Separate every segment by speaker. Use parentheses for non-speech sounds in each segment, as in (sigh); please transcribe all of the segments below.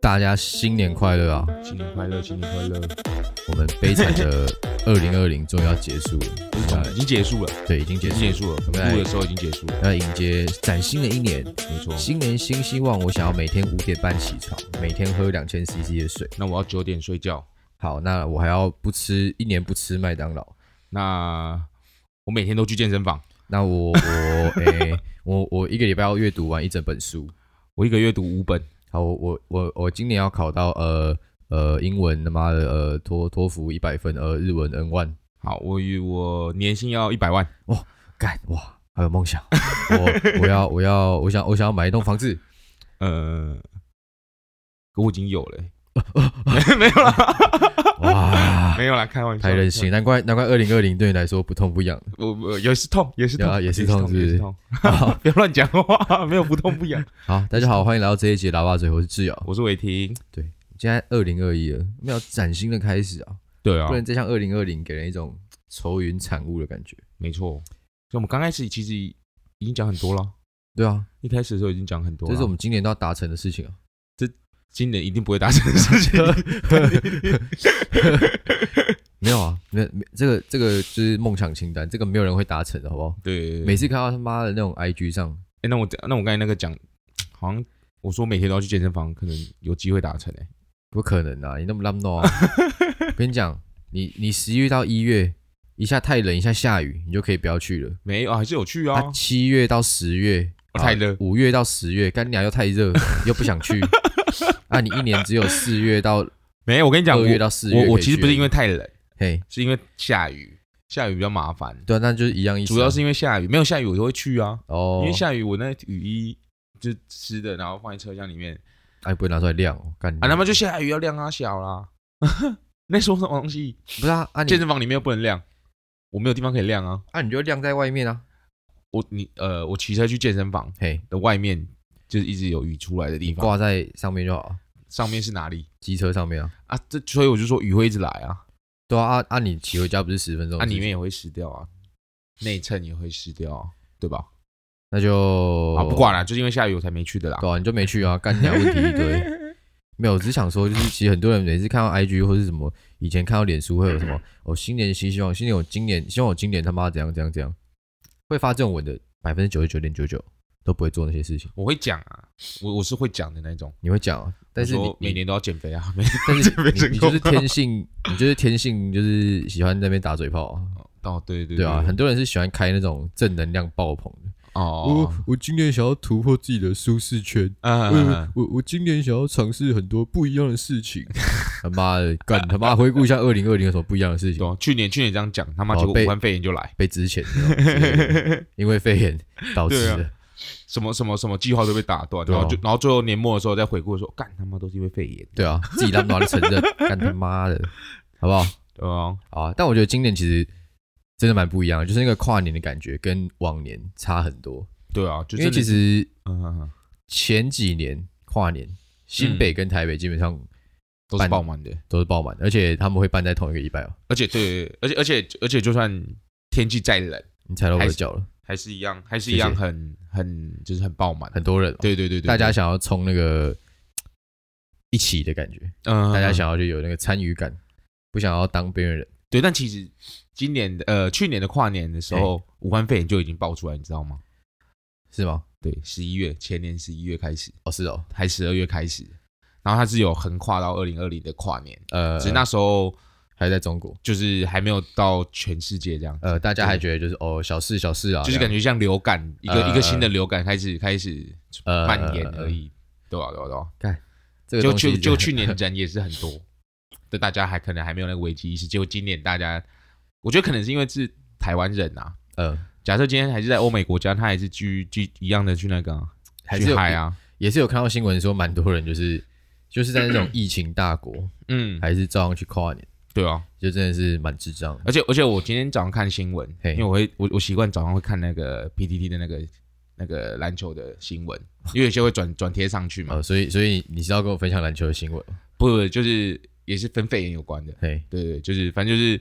Speaker 1: 大家新年快乐啊！
Speaker 2: 新年快乐，新年快乐！
Speaker 1: 我们悲惨的
Speaker 2: (laughs)
Speaker 1: 二零二零终于要结束了，嗯
Speaker 2: 不是终呃于已经结束了，
Speaker 1: 对，已经
Speaker 2: 已
Speaker 1: 结
Speaker 2: 经
Speaker 1: 束了
Speaker 2: 结，束了。
Speaker 1: 我们来
Speaker 2: 录的时候已经结束了，
Speaker 1: 要迎接崭新的一年。
Speaker 2: 没错。
Speaker 1: 新年新希望，我想要每天五点半起床，每天喝两千 CC 的水。
Speaker 2: 那我要九点睡觉。
Speaker 1: 好，那我还要不吃一年不吃麦当劳。
Speaker 2: 那我每天都去健身房，
Speaker 1: 那我我
Speaker 2: (laughs)
Speaker 1: 诶、我我一个礼拜要阅读完一整本书。
Speaker 2: 我一个月读五本。
Speaker 1: 好，我我我我今年要考到呃呃英文他妈的呃托托福一百分，呃日文 N one。
Speaker 2: 好，我与我年薪要一百万，
Speaker 1: 干哇，还有梦想。我我要我要我想我想要买一栋房子。
Speaker 2: 呃，可我已经有
Speaker 1: (laughs)
Speaker 2: 了欸、没有啦，
Speaker 1: 哇，
Speaker 2: 没有啦，开玩笑，
Speaker 1: 太任
Speaker 2: (laughs)
Speaker 1: 性，难怪难怪二零二零对你来说不痛不痒。 (laughs)
Speaker 2: 我我也是痛，也是
Speaker 1: 有啊
Speaker 2: 痛，
Speaker 1: 也是痛是不是
Speaker 2: 也是痛，
Speaker 1: 好，
Speaker 2: 不要乱讲话，没有不痛
Speaker 1: (laughs)
Speaker 2: 不痒。
Speaker 1: 好，大家好，欢迎来到这一集《喇叭嘴》，我是志尧。
Speaker 2: 我是伟霆，
Speaker 1: 现在二零二一了，我们要崭新的开始啊，
Speaker 2: 对啊
Speaker 1: 不，然再像二零二零给人一种愁云惨雾的感觉。
Speaker 2: 没错。所以我们刚开始其实已经讲很多了，
Speaker 1: 对啊，
Speaker 2: 一开始的时候已经讲很多
Speaker 1: 这
Speaker 2: 了，
Speaker 1: 是我们今年都要达成的事情啊。
Speaker 2: 今年一定不会达成
Speaker 1: (laughs)
Speaker 2: 的事情。
Speaker 1: 没有啊，没没这个这个就是梦想清单，这个没有人会达成的，好不好？
Speaker 2: 对，
Speaker 1: 每次看到他妈的那种 IG 上，
Speaker 2: 哎、那我那我刚才那个讲，好像我说每天都要去健身房，可能有机会达成哎、
Speaker 1: 不可能啊，你那么浪闹
Speaker 2: (laughs)
Speaker 1: 啊！我跟你讲，你你十一月到一月，一下太冷，一下下雨，你就可以不要去了。
Speaker 2: 没有、啊，还是有去啊，
Speaker 1: 啊，七月到十月
Speaker 2: 啊太热
Speaker 1: 五月到十月，干娘又太
Speaker 2: (laughs)
Speaker 1: 热，你又不想去。啊，你一年只有四月到
Speaker 2: 没有。我跟你讲，
Speaker 1: 二
Speaker 2: 我
Speaker 1: 月到四月
Speaker 2: 我我
Speaker 1: 可以
Speaker 2: 其实
Speaker 1: 去
Speaker 2: 不是因
Speaker 1: 而
Speaker 2: 为
Speaker 1: 已
Speaker 2: 太冷，
Speaker 1: 嘿，
Speaker 2: 是因为下雨，下雨比较麻烦，
Speaker 1: 对啊，那就是一样意思啊。
Speaker 2: 主要是因为下雨，没有下雨我就会去啊，
Speaker 1: 哦，
Speaker 2: 因为下雨我那雨衣就湿的，然后放在车厢里面
Speaker 1: 哎不会拿出来晾哦，干你
Speaker 2: 啊，他们就下雨要晾啊小啦， (laughs) 那说什么东西？
Speaker 1: 不是啊，啊
Speaker 2: 健
Speaker 1: 你
Speaker 2: 身房里面又不能晾，我没有地方可以晾啊，
Speaker 1: 啊你就晾在外面啊，
Speaker 2: 我你呃，我骑车去健身房
Speaker 1: 嘿，
Speaker 2: 的外面就是一直有雨出来的地
Speaker 1: 你
Speaker 2: 方，
Speaker 1: 挂在上面就好啊，
Speaker 2: 上面是哪里？
Speaker 1: 机车上面啊。
Speaker 2: 啊，这所以我就说雨会一直来啊，
Speaker 1: 对啊，啊啊你骑回家不是十分钟
Speaker 2: 啊
Speaker 1: 的事情？
Speaker 2: 里面也会湿掉啊，内衬也会湿掉啊，对吧？
Speaker 1: 那就
Speaker 2: 啊，不管了，就是因为下雨我才没去的啦。
Speaker 1: 对啊，你就没去啊，干娘问题一堆。没有，我只是想说，就是其实很多人每次看到 IG 或是什么，以前看到脸书会有什么，哦，新年新希望，新年我今年希望我今年他妈怎样怎样怎样，会发这种文的百分之九十九点九九都不会做那些事情。
Speaker 2: 我会讲啊，我我是会讲的那种。
Speaker 1: 你会讲啊，但是
Speaker 2: 我
Speaker 1: 你
Speaker 2: 说每
Speaker 1: 你
Speaker 2: 年都要减肥
Speaker 1: (laughs)
Speaker 2: 啊，每
Speaker 1: 但
Speaker 2: (laughs)
Speaker 1: 是
Speaker 2: 没成
Speaker 1: 你你就是
Speaker 2: 功
Speaker 1: 天性，你就是天性就是喜欢在那边打嘴炮啊，
Speaker 2: 哦，对对
Speaker 1: 对啊，很多人是喜欢开那种正能量爆棚的。
Speaker 2: 哦，
Speaker 1: 我今年想要突破自己的舒适圈，
Speaker 2: (laughs) 嗯，
Speaker 1: 我我今年想要尝试很多不一样的事情。 (laughs) 他妈的，干他妈回顾一下二零二零有什么不一样的事情？
Speaker 2: 对啊，去年去年这样讲，他妈
Speaker 1: 哦
Speaker 2: 结果
Speaker 1: 被
Speaker 2: 武汉肺炎就来，
Speaker 1: 被之前
Speaker 2: (laughs)
Speaker 1: 的因为肺炎导致
Speaker 2: 对啊
Speaker 1: 的，
Speaker 2: 什么什么什么计划都被打断，
Speaker 1: 对啊
Speaker 2: 然后就然后最后年末的时候再回顾说，干他妈都是因为肺炎，
Speaker 1: 对啊，自己他妈的承认，干他妈的，好不好？
Speaker 2: 对啊，
Speaker 1: 好啊，但我觉得今年其实真的蛮不一样的，就是那个跨年的感觉跟往年差很多，
Speaker 2: 对啊，就
Speaker 1: 因为
Speaker 2: 真的
Speaker 1: 其
Speaker 2: 是
Speaker 1: 实
Speaker 2: 嗯嗯嗯
Speaker 1: 前几年跨年，新北跟台北基本上
Speaker 2: 都是
Speaker 1: 办
Speaker 2: 爆满的，
Speaker 1: 都是爆满，而且他们会办在同一个礼拜哦。
Speaker 2: 而且对，而且而且而且就算天气再冷。
Speaker 1: 你踩到我
Speaker 2: 还
Speaker 1: 的
Speaker 2: 是
Speaker 1: 脚了，
Speaker 2: 还是一样，还是
Speaker 1: 谢
Speaker 2: 一
Speaker 1: 谢
Speaker 2: 样很很就是很爆满。
Speaker 1: 很多人哦、
Speaker 2: 对对对对，
Speaker 1: 大家想要冲那个一起的感觉，
Speaker 2: 嗯，
Speaker 1: 大家想要就有那个参与感，不想要当边缘人。
Speaker 2: 对，但其实今年的呃去年的跨年的时候，武汉肺炎就已经爆出来，你知道吗？
Speaker 1: 是吗？
Speaker 2: 对，十一月前年十一月开始，
Speaker 1: 哦，是哦，
Speaker 2: 还十二月开始，然后它是有横跨到二零二零的跨年，
Speaker 1: 呃，
Speaker 2: 只是那时候
Speaker 1: 还在中国，
Speaker 2: 就是还没有到全世界这样，
Speaker 1: 呃，大家还觉得就是哦，小事小事啊，
Speaker 2: 就是感
Speaker 1: 觉
Speaker 2: 觉像流感一个
Speaker 1: 呃
Speaker 2: 一个新的流感开始开始
Speaker 1: 呃
Speaker 2: 蔓延而。已，对啊对啊对啊，
Speaker 1: 这个
Speaker 2: 就
Speaker 1: 东西
Speaker 2: 去
Speaker 1: 是 (laughs)
Speaker 2: 就去年人也是很多，对大家还可能还没有那个危机意识，结果今年大家，我觉得可能是因为是台湾人啊。
Speaker 1: 呃，
Speaker 2: 假设今天还是在欧美国家，他还是去去一样的去那个啊、
Speaker 1: 还是
Speaker 2: 去
Speaker 1: 有
Speaker 2: 嗨啊，
Speaker 1: 也是有看到新闻说，蛮多人就是 (coughs) 就是在那种疫情大国，
Speaker 2: 嗯，
Speaker 1: 还是照样去跨年，
Speaker 2: 对啊，
Speaker 1: 就真的是蛮智障的。
Speaker 2: 而且而且我今天早上看新闻，
Speaker 1: 嘿
Speaker 2: 因为我会我我习惯早上会看那个 PTT 的那个那个篮球的新闻，因为有些会转转贴上去嘛，
Speaker 1: 呃，所以所以你是要跟我分享篮球的新闻吗？
Speaker 2: 不不就是也是跟肺炎有关的，
Speaker 1: 嘿，
Speaker 2: 对对，就是反正就是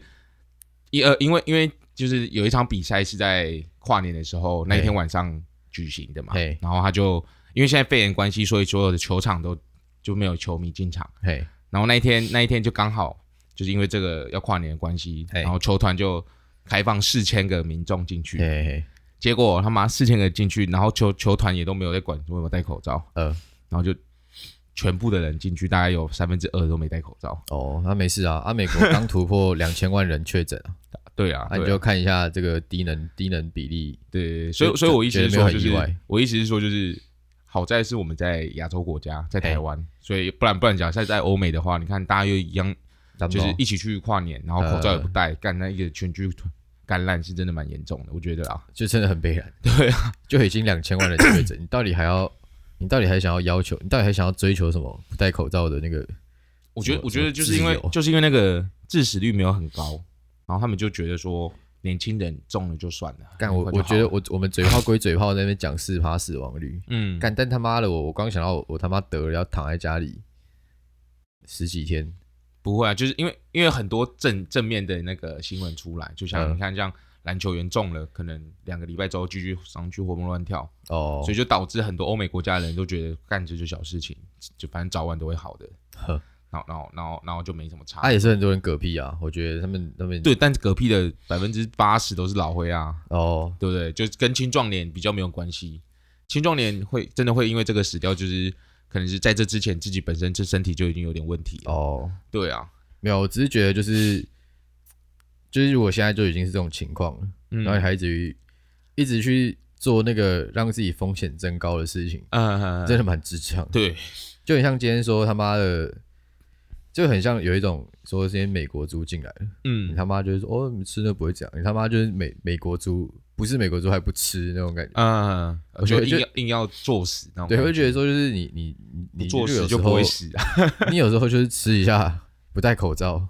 Speaker 2: 一呃，因为因为就是有一场比赛是在跨年的时候那一天晚上举行的嘛
Speaker 1: 嘿，
Speaker 2: 然后他就因为现在肺炎关系，所以所有的球场都就没有球迷进场。
Speaker 1: 嘿，
Speaker 2: 然后那一天那一天就刚好就是因为这个要跨年的关系，
Speaker 1: 哎
Speaker 2: 然后球团就开放四千个民众进去，
Speaker 1: 嘿嘿，
Speaker 2: 结果他妈四千个进去，然后球球团也都没有在管有没有戴口罩，
Speaker 1: 呃，
Speaker 2: 然后就全部的人进去，大概有三分之二都没戴口罩。
Speaker 1: 哦，那没事啊，啊，美国刚突破两千万人确诊啊，
Speaker 2: 对啊，
Speaker 1: 那你
Speaker 2: 对
Speaker 1: 就
Speaker 2: 啊
Speaker 1: 看一下这个低能低能比例，
Speaker 2: 对，所以
Speaker 1: 就
Speaker 2: 所以我意思
Speaker 1: 觉得
Speaker 2: 是
Speaker 1: 没有
Speaker 2: 说，
Speaker 1: 很
Speaker 2: 就
Speaker 1: 意
Speaker 2: 是
Speaker 1: 外
Speaker 2: 我意思是说，就是好在是我们在亚洲国家，
Speaker 1: 哎
Speaker 2: 在台湾，所以不然不然讲在在欧美的话，你看大家又一样，
Speaker 1: 咱们
Speaker 2: 就是
Speaker 1: 哦
Speaker 2: 一起去跨年，然后口罩也不
Speaker 1: 呃
Speaker 2: 戴，干那一个全聚感染是真的蛮严重的，我觉得啦。
Speaker 1: 就真的很悲
Speaker 2: (laughs)
Speaker 1: 然。对啊，就已经两千万人确诊，你到底还要，你到底还想要要求，你到底还想要追求什么？不戴口罩的那个，
Speaker 2: 我觉得
Speaker 1: 什么
Speaker 2: 我觉得就是
Speaker 1: 什
Speaker 2: 因
Speaker 1: 么自
Speaker 2: 为
Speaker 1: 由
Speaker 2: 就是因为那个致死率没有很高，然后他们就觉得说年轻人中了就算了。
Speaker 1: 干我
Speaker 2: 很
Speaker 1: 我
Speaker 2: 快就好
Speaker 1: 觉得
Speaker 2: 了
Speaker 1: 我我们嘴炮归嘴炮，在那边讲四趴死亡率，
Speaker 2: 嗯，
Speaker 1: 干但他妈的我我刚想到我我他妈得了要躺在家里十几天，
Speaker 2: 不会啊，就是因为因为很多正正面的那个新闻出来，就像
Speaker 1: 嗯
Speaker 2: 你看像篮球员中了，可能两个礼拜之后继续上去活蹦乱跳，
Speaker 1: 哦
Speaker 2: 所以就导致很多欧美国家的人都觉得干这就小事情，就反正早晚都会好的。
Speaker 1: 呵
Speaker 2: 然后然后然后然后就没什么差。
Speaker 1: 啊也是很多人嗝屁啊，我觉得他们他们
Speaker 2: 对，但嗝屁的百分之八十都是老灰啊。
Speaker 1: 哦
Speaker 2: 对不对？就是跟青壮年比较没有关系。青壮年会真的会因为这个死掉，就是可能是在这之前自己本身这身体就已经有点问题了。
Speaker 1: 哦
Speaker 2: 对啊，
Speaker 1: 没有，我只是觉得就是就是如果现在就已经是这种情况了，
Speaker 2: 嗯
Speaker 1: 然后你还一直一直去做那个让自己风险增高的事情，
Speaker 2: 嗯，
Speaker 1: 真的蛮智障，
Speaker 2: 对，
Speaker 1: 就很像今天说他妈的，就很像有一种说今天美国猪进来了，你
Speaker 2: 嗯，
Speaker 1: 他妈就是说哦你吃那不会这样，你他妈就是美美国猪不是美国猪还不吃那种感觉。
Speaker 2: 嗯，
Speaker 1: 我觉得
Speaker 2: 就硬
Speaker 1: 就
Speaker 2: 要硬要作死那种感。
Speaker 1: 对，我就觉得说就是你你你
Speaker 2: 不
Speaker 1: 你
Speaker 2: 作
Speaker 1: 有
Speaker 2: 死
Speaker 1: 时
Speaker 2: 就
Speaker 1: 候
Speaker 2: 不会死啊。
Speaker 1: 你有时候就是吃一下不戴口罩，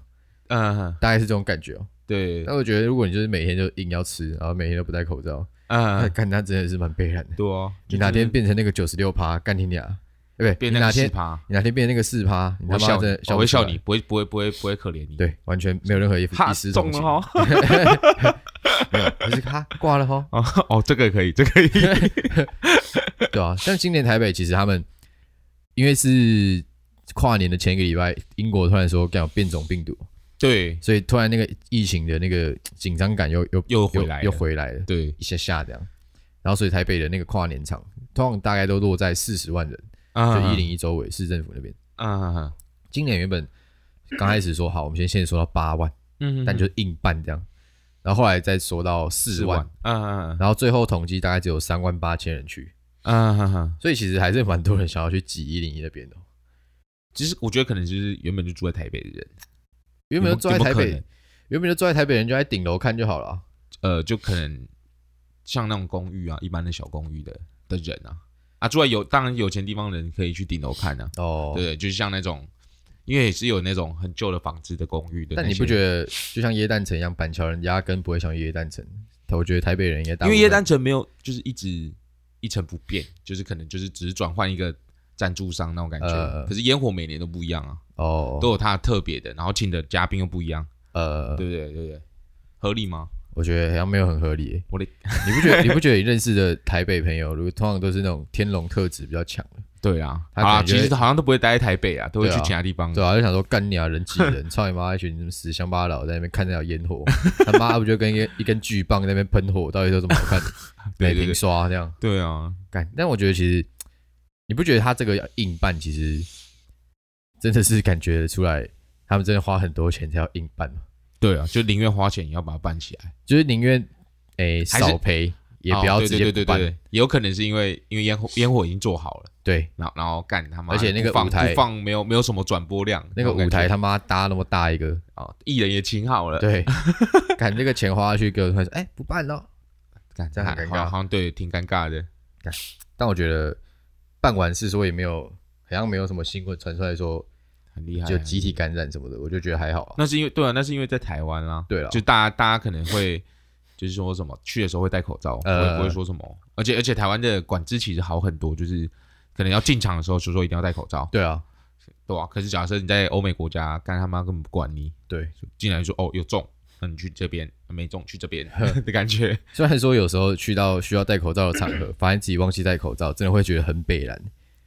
Speaker 2: 嗯，
Speaker 1: 大概是这种感觉哦、
Speaker 2: 对，
Speaker 1: 但我觉得如果你就是每天就硬要吃，然后每天都不戴口罩，那
Speaker 2: 嗯，
Speaker 1: 干他真的是蛮悲惨的。
Speaker 2: 对哦，
Speaker 1: 你哪天变成那个九十六趴，干你俩，对不对？
Speaker 2: 变
Speaker 1: 你
Speaker 2: 那
Speaker 1: 哪
Speaker 2: 个四
Speaker 1: 天
Speaker 2: 趴，
Speaker 1: 你哪天变成那个四趴，你他
Speaker 2: 我会
Speaker 1: 妈
Speaker 2: 笑
Speaker 1: 真
Speaker 2: 你
Speaker 1: 的，
Speaker 2: 我会
Speaker 1: 不出
Speaker 2: 笑
Speaker 1: 来
Speaker 2: 你，，不会不会不会不会可怜你。，
Speaker 1: 对，完全没有任何一
Speaker 2: 哈
Speaker 1: 一丝
Speaker 2: 中
Speaker 1: 同
Speaker 2: 了
Speaker 1: 情，
Speaker 2: 哦，
Speaker 1: 没有，就是他挂了哈，
Speaker 2: 哦 (laughs) 哦，这个可以，这个
Speaker 1: (laughs)
Speaker 2: 可以。
Speaker 1: 对啊。像今年台北其实他们因为是跨年的前一个礼拜，英国突然说讲变种病毒，
Speaker 2: 对
Speaker 1: 所以突然那个疫情的那个紧张感又又
Speaker 2: 又回来了
Speaker 1: 又回来了，
Speaker 2: 对，
Speaker 1: 一下下这样。然后所以台北的那个跨年场，通常大概都落在四十万人，就一零一周围市政府那边。
Speaker 2: 嗯
Speaker 1: 今年原本刚开始说好，我们先先说到八万，
Speaker 2: 嗯，
Speaker 1: 但就是硬办这样。然后后来再说到四万，，
Speaker 2: 嗯嗯
Speaker 1: 然后最后统计大概只有三万八千人去，
Speaker 2: 嗯嗯嗯。
Speaker 1: 所以其实还是蛮多人想要去挤一零一那边的哦。
Speaker 2: 其实我觉得可能就是原本就住在台北的人，
Speaker 1: 原本就住在
Speaker 2: 有没
Speaker 1: 台
Speaker 2: 有可
Speaker 1: 北
Speaker 2: 能，
Speaker 1: 原本就住在台北人就在顶楼看就好了啊。
Speaker 2: 呃，就可能像那种公寓啊，一般的小公寓的的人啊，啊，住在有当然有钱地方的人可以去顶楼看啊，
Speaker 1: 哦，
Speaker 2: 对，就是像那种，因为也是有那种很旧的房子的公寓的，
Speaker 1: 但你不觉？得就像耶诞城一样，板桥人压根不会想去耶诞城？我觉得台北人应该大
Speaker 2: 因
Speaker 1: 部分
Speaker 2: 为耶诞城没有就是一直一成不变，就是可能就是只是转换一个赞助商那种感觉，
Speaker 1: 呃
Speaker 2: 可是烟火每年都不一样啊，
Speaker 1: 哦，
Speaker 2: 都有它的特别的，然后请的嘉宾又不一样，
Speaker 1: 呃，
Speaker 2: 对不对？对不对？合理吗？
Speaker 1: 我觉得好像没有很合理耶。
Speaker 2: 我的
Speaker 1: 你不觉得？你不觉得你认识的台北朋友，如果通常都是那种天龙特质比较强的，
Speaker 2: 对啊，
Speaker 1: 他
Speaker 2: 好啦，
Speaker 1: 感觉
Speaker 2: 其实好像都不会待在台北啊，都会
Speaker 1: 对啊
Speaker 2: 去其他地方。
Speaker 1: 对啊，就想说干你啊，人挤
Speaker 2: (laughs)
Speaker 1: 人，操你妈一群什么死乡巴佬在那边看那条烟火， (laughs) 他妈不就跟一根一根巨棒在那边喷火，到底有什么好看的？
Speaker 2: 对
Speaker 1: 每
Speaker 2: (laughs) 对
Speaker 1: 瓶
Speaker 2: 对，
Speaker 1: 刷这样
Speaker 2: 对啊，
Speaker 1: 干。但我觉得其实你不觉得他这个硬办，其实真的是感觉得出来，他们真的花很多钱才要硬办嘛，
Speaker 2: 对啊，就宁愿花钱也要把它办起来，
Speaker 1: 就是宁愿诶
Speaker 2: 还是
Speaker 1: 少赔，也
Speaker 2: 哦
Speaker 1: 不要
Speaker 2: 对
Speaker 1: 直接
Speaker 2: 对
Speaker 1: 不
Speaker 2: 对对
Speaker 1: 办
Speaker 2: 对。对，也有可能是因为因为烟火烟火已经做好了，
Speaker 1: 对，
Speaker 2: 然后然后干他妈，
Speaker 1: 而且那个
Speaker 2: 不放
Speaker 1: 舞台
Speaker 2: 不放没有没有什么转播量，
Speaker 1: 那个
Speaker 2: 哦种感
Speaker 1: 舞
Speaker 2: 觉
Speaker 1: 台他妈搭那么大一个，
Speaker 2: 哦，艺人也请好了，， (laughs)
Speaker 1: 对，赶这个钱花下去，给我突然说，哎、不办了。
Speaker 2: 干
Speaker 1: 这样很尴尬
Speaker 2: 好像好像对，挺尴尬的。
Speaker 1: 但我觉得办完事说也没有，好像没有什么新闻传出来说
Speaker 2: 很厉害啊，
Speaker 1: 就集体感染什么的，我就觉得还好啊。
Speaker 2: 那是因为对啊，那是因为在台湾啦，
Speaker 1: 对啊啦
Speaker 2: 就大家大家可能会 (coughs) 就是说什么去的时候会戴口罩，
Speaker 1: 呃
Speaker 2: 不会不会说什么，而且而且台湾的管制其实好很多，就是可能要进场的时候就说一定要戴口罩，
Speaker 1: 对啊，
Speaker 2: 对吧、可是假设你在欧美国家，干他妈根本不管你，
Speaker 1: 对。
Speaker 2: 进来就说哦有中，那你去这边没中去这边的感觉，
Speaker 1: 虽然说有时候去到需要戴口罩的场合，发现自己忘记戴口罩，真的会觉得很北然。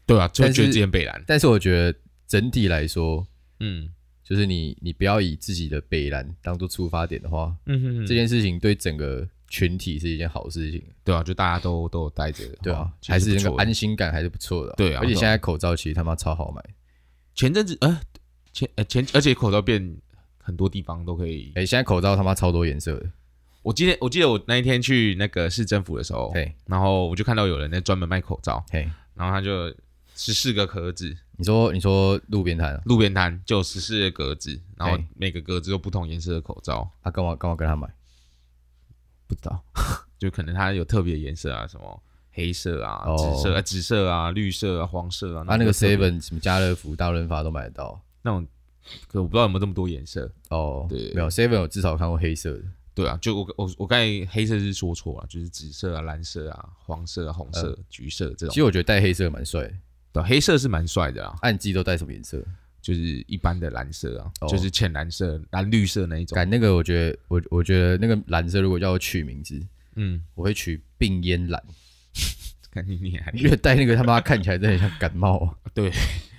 Speaker 2: 对啊，就
Speaker 1: 但
Speaker 2: 觉得
Speaker 1: 是
Speaker 2: 自己很北蓝。
Speaker 1: 但是我觉得整体来说，
Speaker 2: 嗯
Speaker 1: 就是你你不要以自己的北蓝当做出发点的话，
Speaker 2: 嗯哼哼
Speaker 1: 这件事情对整个群体是一件好事情，
Speaker 2: 对啊，就大家都都有带着哦的话，
Speaker 1: 对啊，
Speaker 2: 其实
Speaker 1: 还是那
Speaker 2: 不
Speaker 1: 个
Speaker 2: 错的欸
Speaker 1: 安心感还是不错的啊、
Speaker 2: 对啊
Speaker 1: 而且
Speaker 2: 对啊
Speaker 1: 现在口罩其实他妈超好买，
Speaker 2: 前阵子呃前呃前，而且口罩变很多地方都可以。
Speaker 1: 哎、现在口罩他妈超多颜色的，
Speaker 2: 我今天我记得我那一天去那个市政府的时候，
Speaker 1: 嘿，
Speaker 2: 然后我就看到有人在专门卖口罩，
Speaker 1: 嘿，
Speaker 2: 然后他就十四个格子，
Speaker 1: 你说你说路边摊啊，
Speaker 2: 路边摊就有十四个格子，然后
Speaker 1: 嘿
Speaker 2: 每个格子有不同颜色的口罩，
Speaker 1: 啊干嘛干嘛跟他买？
Speaker 2: 不知道， (laughs) 就可能它有特别颜色啊，什么黑色啊、
Speaker 1: 哦
Speaker 2: 紫色、啊、紫色啊、绿色啊、黄色啊，
Speaker 1: 啊，那个
Speaker 2: 特别
Speaker 1: seven 什么家乐福、大润发都买得到
Speaker 2: 那种，可我不知道有没有这么多颜色。
Speaker 1: 哦。
Speaker 2: 对
Speaker 1: 没有 seven 有至少看过黑色的，
Speaker 2: 对啊，就我我我刚才黑色是说错了，就是紫色啊、蓝色啊、黄色啊、红
Speaker 1: 呃
Speaker 2: 色、橘色
Speaker 1: 其
Speaker 2: 这种。
Speaker 1: 实我觉得戴黑色蛮帅的。
Speaker 2: 对，啊黑色是蛮帅的啦，啊
Speaker 1: 按季都戴什么颜色？
Speaker 2: 就是一般的蓝色啊，
Speaker 1: 哦
Speaker 2: 就是浅蓝色、蓝绿色那一种。
Speaker 1: 感那个，我觉得我我觉得那个蓝色，如果要我取名字，
Speaker 2: 嗯，
Speaker 1: 我会取病烟蓝， (laughs)
Speaker 2: 看你啊你还
Speaker 1: 因为戴那个他妈看起来真的很像感冒
Speaker 2: (laughs)
Speaker 1: 啊。
Speaker 2: 对，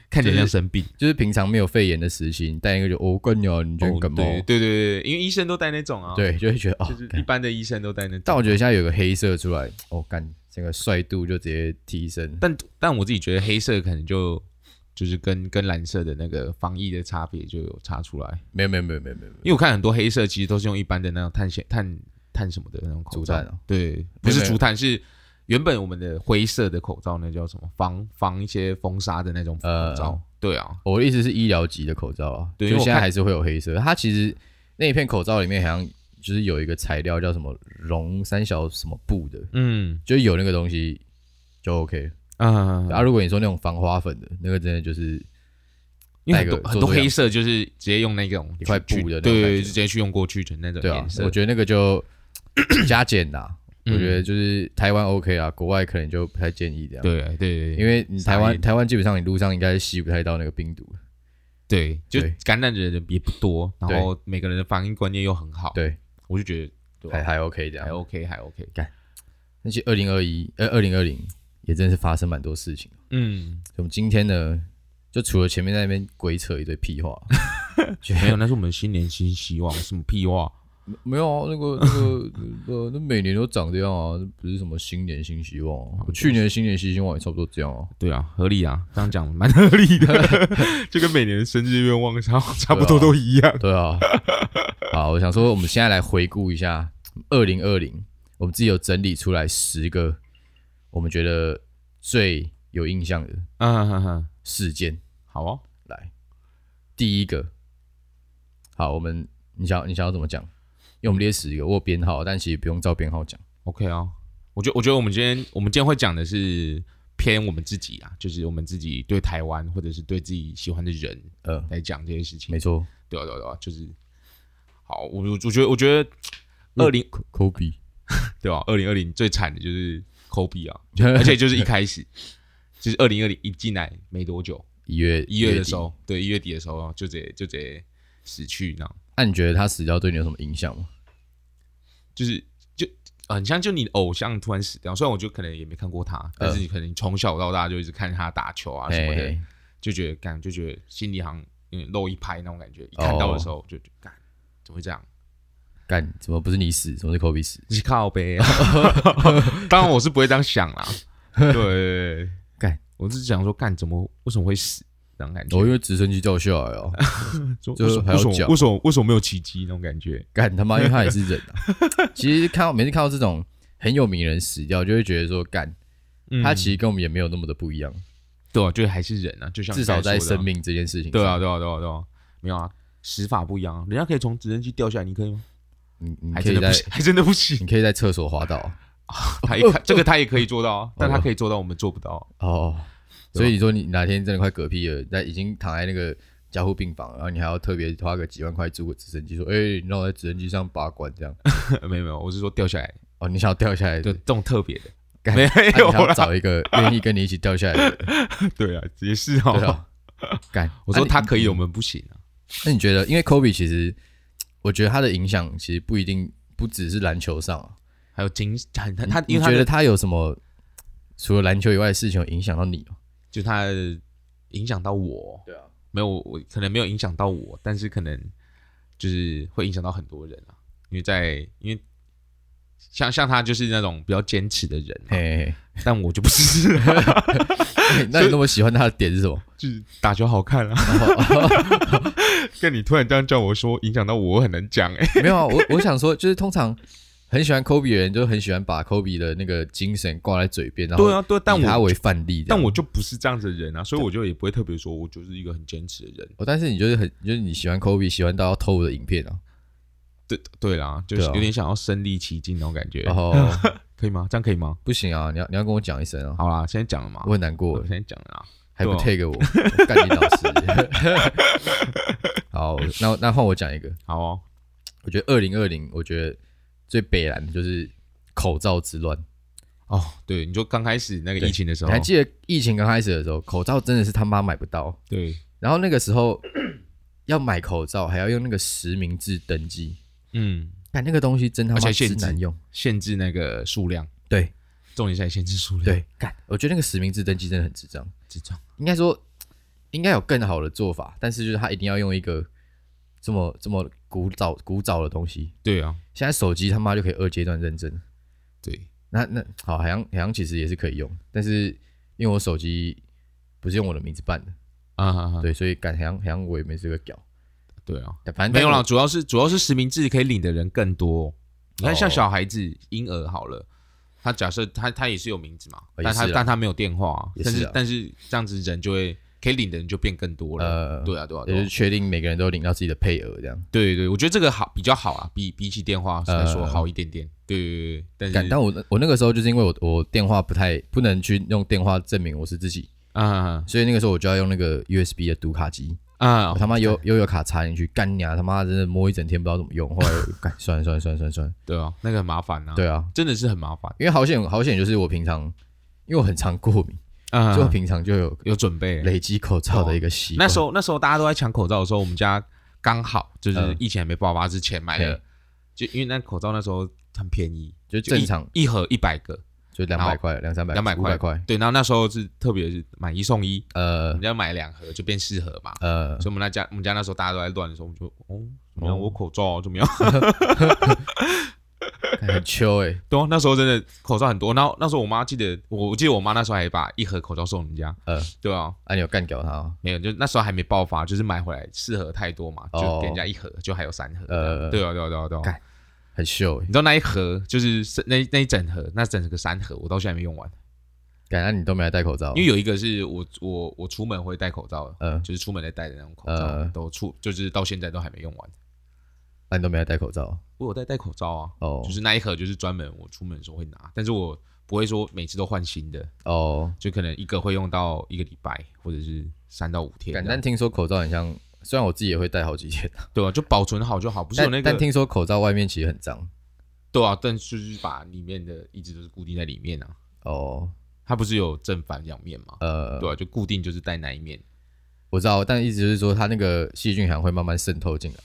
Speaker 2: 看起来像生病。
Speaker 1: 就是平常没有肺炎的时期，你戴那个就哦，干鸟，你就很
Speaker 2: 哦
Speaker 1: 感冒，
Speaker 2: 对对对对，因为医生都戴那种啊。，
Speaker 1: 对，就会觉得哦
Speaker 2: 就是，一
Speaker 1: 干
Speaker 2: 般的医生都戴那种。
Speaker 1: 但我觉得现在有个黑色出来，哦，干，整个帅度就直接提升。
Speaker 2: 但但我自己觉得黑色可能就就是跟跟蓝色的那个防疫的差别就有差出来，
Speaker 1: 没有没有没有没有没有，没有
Speaker 2: 因为我看很多黑色其实都是用一般的那种碳纤碳碳什么的那种口
Speaker 1: 竹
Speaker 2: 罩，
Speaker 1: 炭哦
Speaker 2: 对，不是
Speaker 1: 没有
Speaker 2: 竹炭是。原本我们的灰色的口罩，那叫什么？防防一些风沙的那种口罩。
Speaker 1: 呃
Speaker 2: 对啊，
Speaker 1: 我的意思是医疗级的口罩啊，
Speaker 2: 对
Speaker 1: 就
Speaker 2: 因为我
Speaker 1: 现在
Speaker 2: 看
Speaker 1: 还是会有黑色。它其实那一片口罩里面好像就是有一个材料叫什么绒三小什么布的，
Speaker 2: 嗯
Speaker 1: 就有那个东西就 OK。
Speaker 2: 啊
Speaker 1: 然后、如果你说那种防花粉的那个，真的就是
Speaker 2: 因为
Speaker 1: 戴
Speaker 2: 很
Speaker 1: 个
Speaker 2: 多很多
Speaker 1: 做这样
Speaker 2: 黑色就是直接用那种
Speaker 1: 一块
Speaker 2: 去去
Speaker 1: 布的那种
Speaker 2: 对
Speaker 1: 感
Speaker 2: 对，
Speaker 1: 觉
Speaker 2: 就直接去用过去的那种
Speaker 1: 对啊
Speaker 2: 颜，色。
Speaker 1: 我觉得那个就 (coughs) 加减呐、
Speaker 2: 嗯
Speaker 1: 我觉得就是台湾 OK 啊，国外可能就不太建议这样。，
Speaker 2: 对对对，
Speaker 1: 因为你台
Speaker 2: 傻
Speaker 1: 湾
Speaker 2: 眼
Speaker 1: 台湾基本上你路上应该吸不太到那个病毒。
Speaker 2: 对，就
Speaker 1: 对
Speaker 2: 感染的人也不多，然后每个人的防疫观念又很好，
Speaker 1: 对，
Speaker 2: 我就觉得对
Speaker 1: 还
Speaker 2: 吧
Speaker 1: 还 OK 这
Speaker 2: 还
Speaker 1: 样。
Speaker 2: OK，还 OK。
Speaker 1: 那其实二零二一呃二零二零也真是发生蛮多事情。
Speaker 2: 嗯，
Speaker 1: 所以我们今天呢，就除了前面在那边鬼扯一堆屁话，觉
Speaker 2: (laughs) 没有，
Speaker 1: 得
Speaker 2: 那是我们新年新希望，什么屁话？
Speaker 1: (laughs) 没有啊，那个 (laughs) 那个呃，那每年都长这样啊，不是什么新年新希望、啊。我去年新年新希望也差不多这样啊，
Speaker 2: 对啊，合理啊，这样讲蛮合理的， (laughs) 就跟每年的生日愿望差差不多都一样。
Speaker 1: 对 (laughs) 啊。好，我想说，我们现在来回顾一下二零二零，我们自己有整理出来十个我们觉得最有印象的
Speaker 2: (laughs) 嗯哼哼，
Speaker 1: 事件。
Speaker 2: 好啊，
Speaker 1: 来，第一个，好，我们你想你想要怎么讲？因为我们列十个，我有编号，但其实不用照编号讲。
Speaker 2: OK 啊，我觉得我觉得我们今天我们今天会讲的是偏我们自己啊，就是我们自己对台湾或者是对自己喜欢的人
Speaker 1: 呃，
Speaker 2: 来讲这些事情
Speaker 1: 没。错，
Speaker 2: 对啊对啊对啊，就是好，我我我觉得我觉得二零
Speaker 1: 科科
Speaker 2: (laughs)
Speaker 1: 比，
Speaker 2: 对吧、2二零二啊零最惨的就是科比啊，而且就是一开始，就是二零二零一进来没多久，
Speaker 1: 一月
Speaker 2: 一月的
Speaker 1: 底
Speaker 2: 时，候，对一月底的时候就直接就直接死去那样，
Speaker 1: 那、啊你觉得他死掉对你有什么影响吗？
Speaker 2: 就是就很像就你的偶像突然死掉，虽然我就可能也没看过他，但是你可能从小到大就一直看他打球啊什么的，
Speaker 1: 嘿
Speaker 2: 就觉得感就觉得心里好像有点漏一拍那种感觉，一看到的时候就就干怎么会这样？
Speaker 1: 干，怎么不是你死，怎么是科比死？
Speaker 2: 你是靠背、啊， (laughs) 当然我是不会这样想啦。对对对，对
Speaker 1: 干，
Speaker 2: 我只是想说，干怎么为什么会死那种感觉？
Speaker 1: 我、哦因为直升机掉下来哦，
Speaker 2: 就
Speaker 1: 就
Speaker 2: 为什
Speaker 1: 还
Speaker 2: 么
Speaker 1: 要
Speaker 2: 为什么
Speaker 1: 讲
Speaker 2: 为什么为什么没有奇迹那种感觉？
Speaker 1: 干他妈，因为他也是人啊。
Speaker 2: (laughs)
Speaker 1: 其实看到每次看到这种很有名的人死掉，就会觉得说，干
Speaker 2: 嗯
Speaker 1: 他其实跟我们也没有那么的不一样，
Speaker 2: 对啊，就还是人啊，就像
Speaker 1: 至少在
Speaker 2: 你刚才说的啊
Speaker 1: 生命这件事情。
Speaker 2: 对啊，，对啊，对啊，对啊，没有啊，死法不一样啊，人家可以从直升机掉下来，你可以吗？
Speaker 1: 你你
Speaker 2: 还
Speaker 1: 可
Speaker 2: 真
Speaker 1: 以
Speaker 2: 的
Speaker 1: 在
Speaker 2: 不行，还真的不
Speaker 1: 你 (laughs)
Speaker 2: 行。
Speaker 1: 可以在厕所滑
Speaker 2: (laughs)
Speaker 1: 倒。
Speaker 2: 他也这个他也可以做到啊，但他可以做到，我们做不到。啊
Speaker 1: 哦，
Speaker 2: 对啊
Speaker 1: 所
Speaker 2: 吧
Speaker 1: 以你说你哪天真的快嗝屁了，在已经躺在那个加护病房，然后你还要特别花个几万块租个直升机，说，哎、你让我在直升机上拔管这样。
Speaker 2: (laughs) 没有没有，我是说掉下来，
Speaker 1: 哦，你想要掉下来
Speaker 2: 对，
Speaker 1: 的
Speaker 2: 这，种特别的，
Speaker 1: (laughs) 干
Speaker 2: 没
Speaker 1: 啊
Speaker 2: 有
Speaker 1: 你还要
Speaker 2: 啦
Speaker 1: 找一个愿意跟你一起掉下来的人，
Speaker 2: 对啊，也是 (laughs) 哦。
Speaker 1: 对啊，干。
Speaker 2: (laughs) 我说
Speaker 1: 啊
Speaker 2: 他可以，我。
Speaker 1: 你
Speaker 2: 们不行啊。
Speaker 1: 那你觉得，因为 Kobe 其实，我觉得他的影响其实不一定不只是篮球上啊，
Speaker 2: 还有精神，他
Speaker 1: 你
Speaker 2: 他因
Speaker 1: 你
Speaker 2: 为他
Speaker 1: 觉
Speaker 2: 的
Speaker 1: 得他有什么除了篮球以外的事情有影响到你吗？
Speaker 2: 就它影响到我，
Speaker 1: 对啊，
Speaker 2: 没有我可能没有影响到我，但是可能就是会影响到很多人啊，因为在因为像像他就是那种比较坚持的人啊、
Speaker 1: 嘿， (laughs)
Speaker 2: 但我就不是啊、
Speaker 1: 嘿那你那么喜欢他的点是什
Speaker 2: (laughs)
Speaker 1: 么？
Speaker 2: 就是打球
Speaker 1: (laughs)
Speaker 2: 好看啊。跟你突然这样叫我说，影响到我我很难讲哎、
Speaker 1: 没有啊，我我想说，就是通常很喜欢科比的人，就很喜欢把科比的那个精神挂在嘴边，然后
Speaker 2: 对啊，对，但
Speaker 1: 以他
Speaker 2: 我
Speaker 1: 为范例这啊样。
Speaker 2: 但我就不是这样子的人啊，所以我就也不会特别说我就是一个很坚持的人。
Speaker 1: 哦，但是你就是很，就是你喜欢科比，喜欢到要偷我的影片啊，
Speaker 2: 对对啦，就是
Speaker 1: 对啊哦
Speaker 2: 有点想要身临其境那种感觉，
Speaker 1: 然后
Speaker 2: 可以吗？这样可以吗？
Speaker 1: 不行啊，你要你要跟我讲一声啊，
Speaker 2: 好啦，现在讲了嘛，
Speaker 1: 我很难过
Speaker 2: 我，现在讲了啊，
Speaker 1: 还不
Speaker 2: 对
Speaker 1: take 我，我干你老师。 (laughs) 好，那那换我讲一个，
Speaker 2: 好哦，
Speaker 1: 我觉得二零二零，我觉得最北蓝的就是口罩之乱。
Speaker 2: 哦，对，你就刚开始那个
Speaker 1: 对
Speaker 2: 疫情的时
Speaker 1: 你
Speaker 2: 候
Speaker 1: 还，记得疫情刚开始的时候，口罩真的是他妈买不到，
Speaker 2: 对，
Speaker 1: 然后那个时
Speaker 2: (coughs)
Speaker 1: 候要买口罩还要用那个实名制登记，
Speaker 2: 嗯，
Speaker 1: 但那个东西真他
Speaker 2: 而
Speaker 1: 妈
Speaker 2: 且
Speaker 1: 之
Speaker 2: 限制
Speaker 1: 难用。
Speaker 2: 限制那个数量，
Speaker 1: 对
Speaker 2: 重点是在限制数量，，
Speaker 1: 对，干，我觉得那个实名制登记真的很智障。
Speaker 2: 这种
Speaker 1: 应该说应该有更好的做法，但是就是他一定要用一个这么这么古早古早的东西。
Speaker 2: 对啊，
Speaker 1: 现在手机他妈就可以二阶段认证，
Speaker 2: 对，
Speaker 1: 那那好，海洋海洋其实也是可以用，但是因为我手机不是用我的名字办的，
Speaker 2: 啊哈哈，
Speaker 1: 对，所以干海洋海洋我也没这个屌，
Speaker 2: 对啊，
Speaker 1: 但反正
Speaker 2: 没有啦，
Speaker 1: 了，
Speaker 2: 主要是主要是实名制可以领的人更多。你看，像
Speaker 1: 哦
Speaker 2: 小孩子、婴儿好了，他假设他他也是有名字嘛，
Speaker 1: 哦
Speaker 2: 但他
Speaker 1: 也是啊
Speaker 2: 但他没有电话啊，
Speaker 1: 也是
Speaker 2: 但是
Speaker 1: 啊
Speaker 2: 但是这样子人就会可以领的人就变更多了。
Speaker 1: 呃
Speaker 2: 对啊，对啊，
Speaker 1: 也
Speaker 2: 对
Speaker 1: 就
Speaker 2: 啊
Speaker 1: 是确定每个人都领到自己的配额这样。
Speaker 2: 对对，我觉得这个好比较好啊，比比起电
Speaker 1: 呃
Speaker 2: 话来说好一点点。对对对，但
Speaker 1: 干，
Speaker 2: 是
Speaker 1: 但我那我那个时候就是因为我我电话不太不能去用电话证明我是自己，
Speaker 2: 啊
Speaker 1: 所以那个时候我就要用那个 USB 的读卡机，
Speaker 2: 啊
Speaker 1: 我，他妈悠悠悠卡插进去，干你啊！他妈真的摸一整天不知道怎么用，后来我 (laughs) 干算了算了算了算了算了，
Speaker 2: 对啊，那个很麻烦啊，，
Speaker 1: 对啊，
Speaker 2: 真的是很麻烦
Speaker 1: 因为好险好险就是我平常，因为我很常过敏，
Speaker 2: 啊
Speaker 1: 就，平常就有
Speaker 2: 有准备。
Speaker 1: 嗯累积口罩的一个习惯。
Speaker 2: 那时候那时候大家都在抢口罩的时候，我们家刚好就是
Speaker 1: 嗯
Speaker 2: 疫情还没爆发之前买
Speaker 1: 嘿
Speaker 2: 的，就因为那口罩那时候很便宜，
Speaker 1: 就
Speaker 2: 就一
Speaker 1: 正常
Speaker 2: 一盒一百个，
Speaker 1: 就两百块、两三百、
Speaker 2: 200
Speaker 1: 五百块，
Speaker 2: 对，然后那时候是特别是买一送一，我
Speaker 1: 呃
Speaker 2: 们家买两盒就变四盒嘛。
Speaker 1: 呃，
Speaker 2: 所以我们那家我们家那时候大家都在乱的时候，我们就哦，怎么样？
Speaker 1: 哦
Speaker 2: 我口罩啊怎么样？ (laughs)
Speaker 1: 干很秋哎，
Speaker 2: 对、啊，那时候真的口罩很多。然后那时候我妈记得我，我记得我妈那时候还把一盒口罩送人家。
Speaker 1: 呃，
Speaker 2: 对啊，
Speaker 1: 啊你有干掉他哦？
Speaker 2: 没有，就那时候还没爆发，就是买回来四盒太多嘛，就
Speaker 1: 哦
Speaker 2: 给人家一盒，就还有三盒。
Speaker 1: 呃
Speaker 2: 对啊，对啊，对啊，对啊。
Speaker 1: 干很秀哎
Speaker 2: 你，知道那一盒就是是那那一整盒，那整个三盒，我到现在还没用完，
Speaker 1: 哦感啊觉你都没来戴口罩
Speaker 2: 因，为有一个是我我我出门会戴口罩的，
Speaker 1: 呃，
Speaker 2: 就是出门在戴的那种口罩，
Speaker 1: 呃
Speaker 2: 都出就是到现在都还没用完。
Speaker 1: 啊你都没来戴口罩
Speaker 2: 我有在戴口罩啊，
Speaker 1: 哦
Speaker 2: 就是那一盒就是专门我出门的时候会拿，但是我不会说每次都换新的，
Speaker 1: 哦，
Speaker 2: 就可能一个会用到一个礼拜或者是三到五天这
Speaker 1: 感
Speaker 2: 样，
Speaker 1: 但听说口罩很像，虽然我自己也会戴好几天，
Speaker 2: 对啊，就保存好就好，不是有那
Speaker 1: 但但
Speaker 2: 个
Speaker 1: 听说口罩外面其实很脏
Speaker 2: 对啊，但就是把里面的一直都是固定在里面啊，
Speaker 1: 哦，
Speaker 2: 它不是有正反两面嘛，
Speaker 1: 呃，
Speaker 2: 对啊，就固定就是戴那一面。
Speaker 1: 我知道，但意思就是说，它那个细菌还会慢慢渗透进来。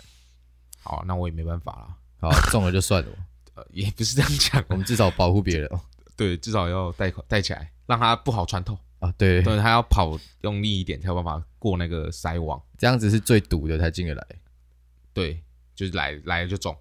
Speaker 2: 好，啊那我也没办法啦。 (laughs)
Speaker 1: 好，中了就算了，
Speaker 2: 呃，也不是这样讲
Speaker 1: (laughs) 我，们至少保护别人哦。
Speaker 2: 对，至少要戴口戴起来，让它不好穿透。
Speaker 1: 啊，对，
Speaker 2: 对，它要跑用力一点才有办法过那个筛网。
Speaker 1: 这样子是最毒的才进得来。
Speaker 2: 对，就是来来了就中，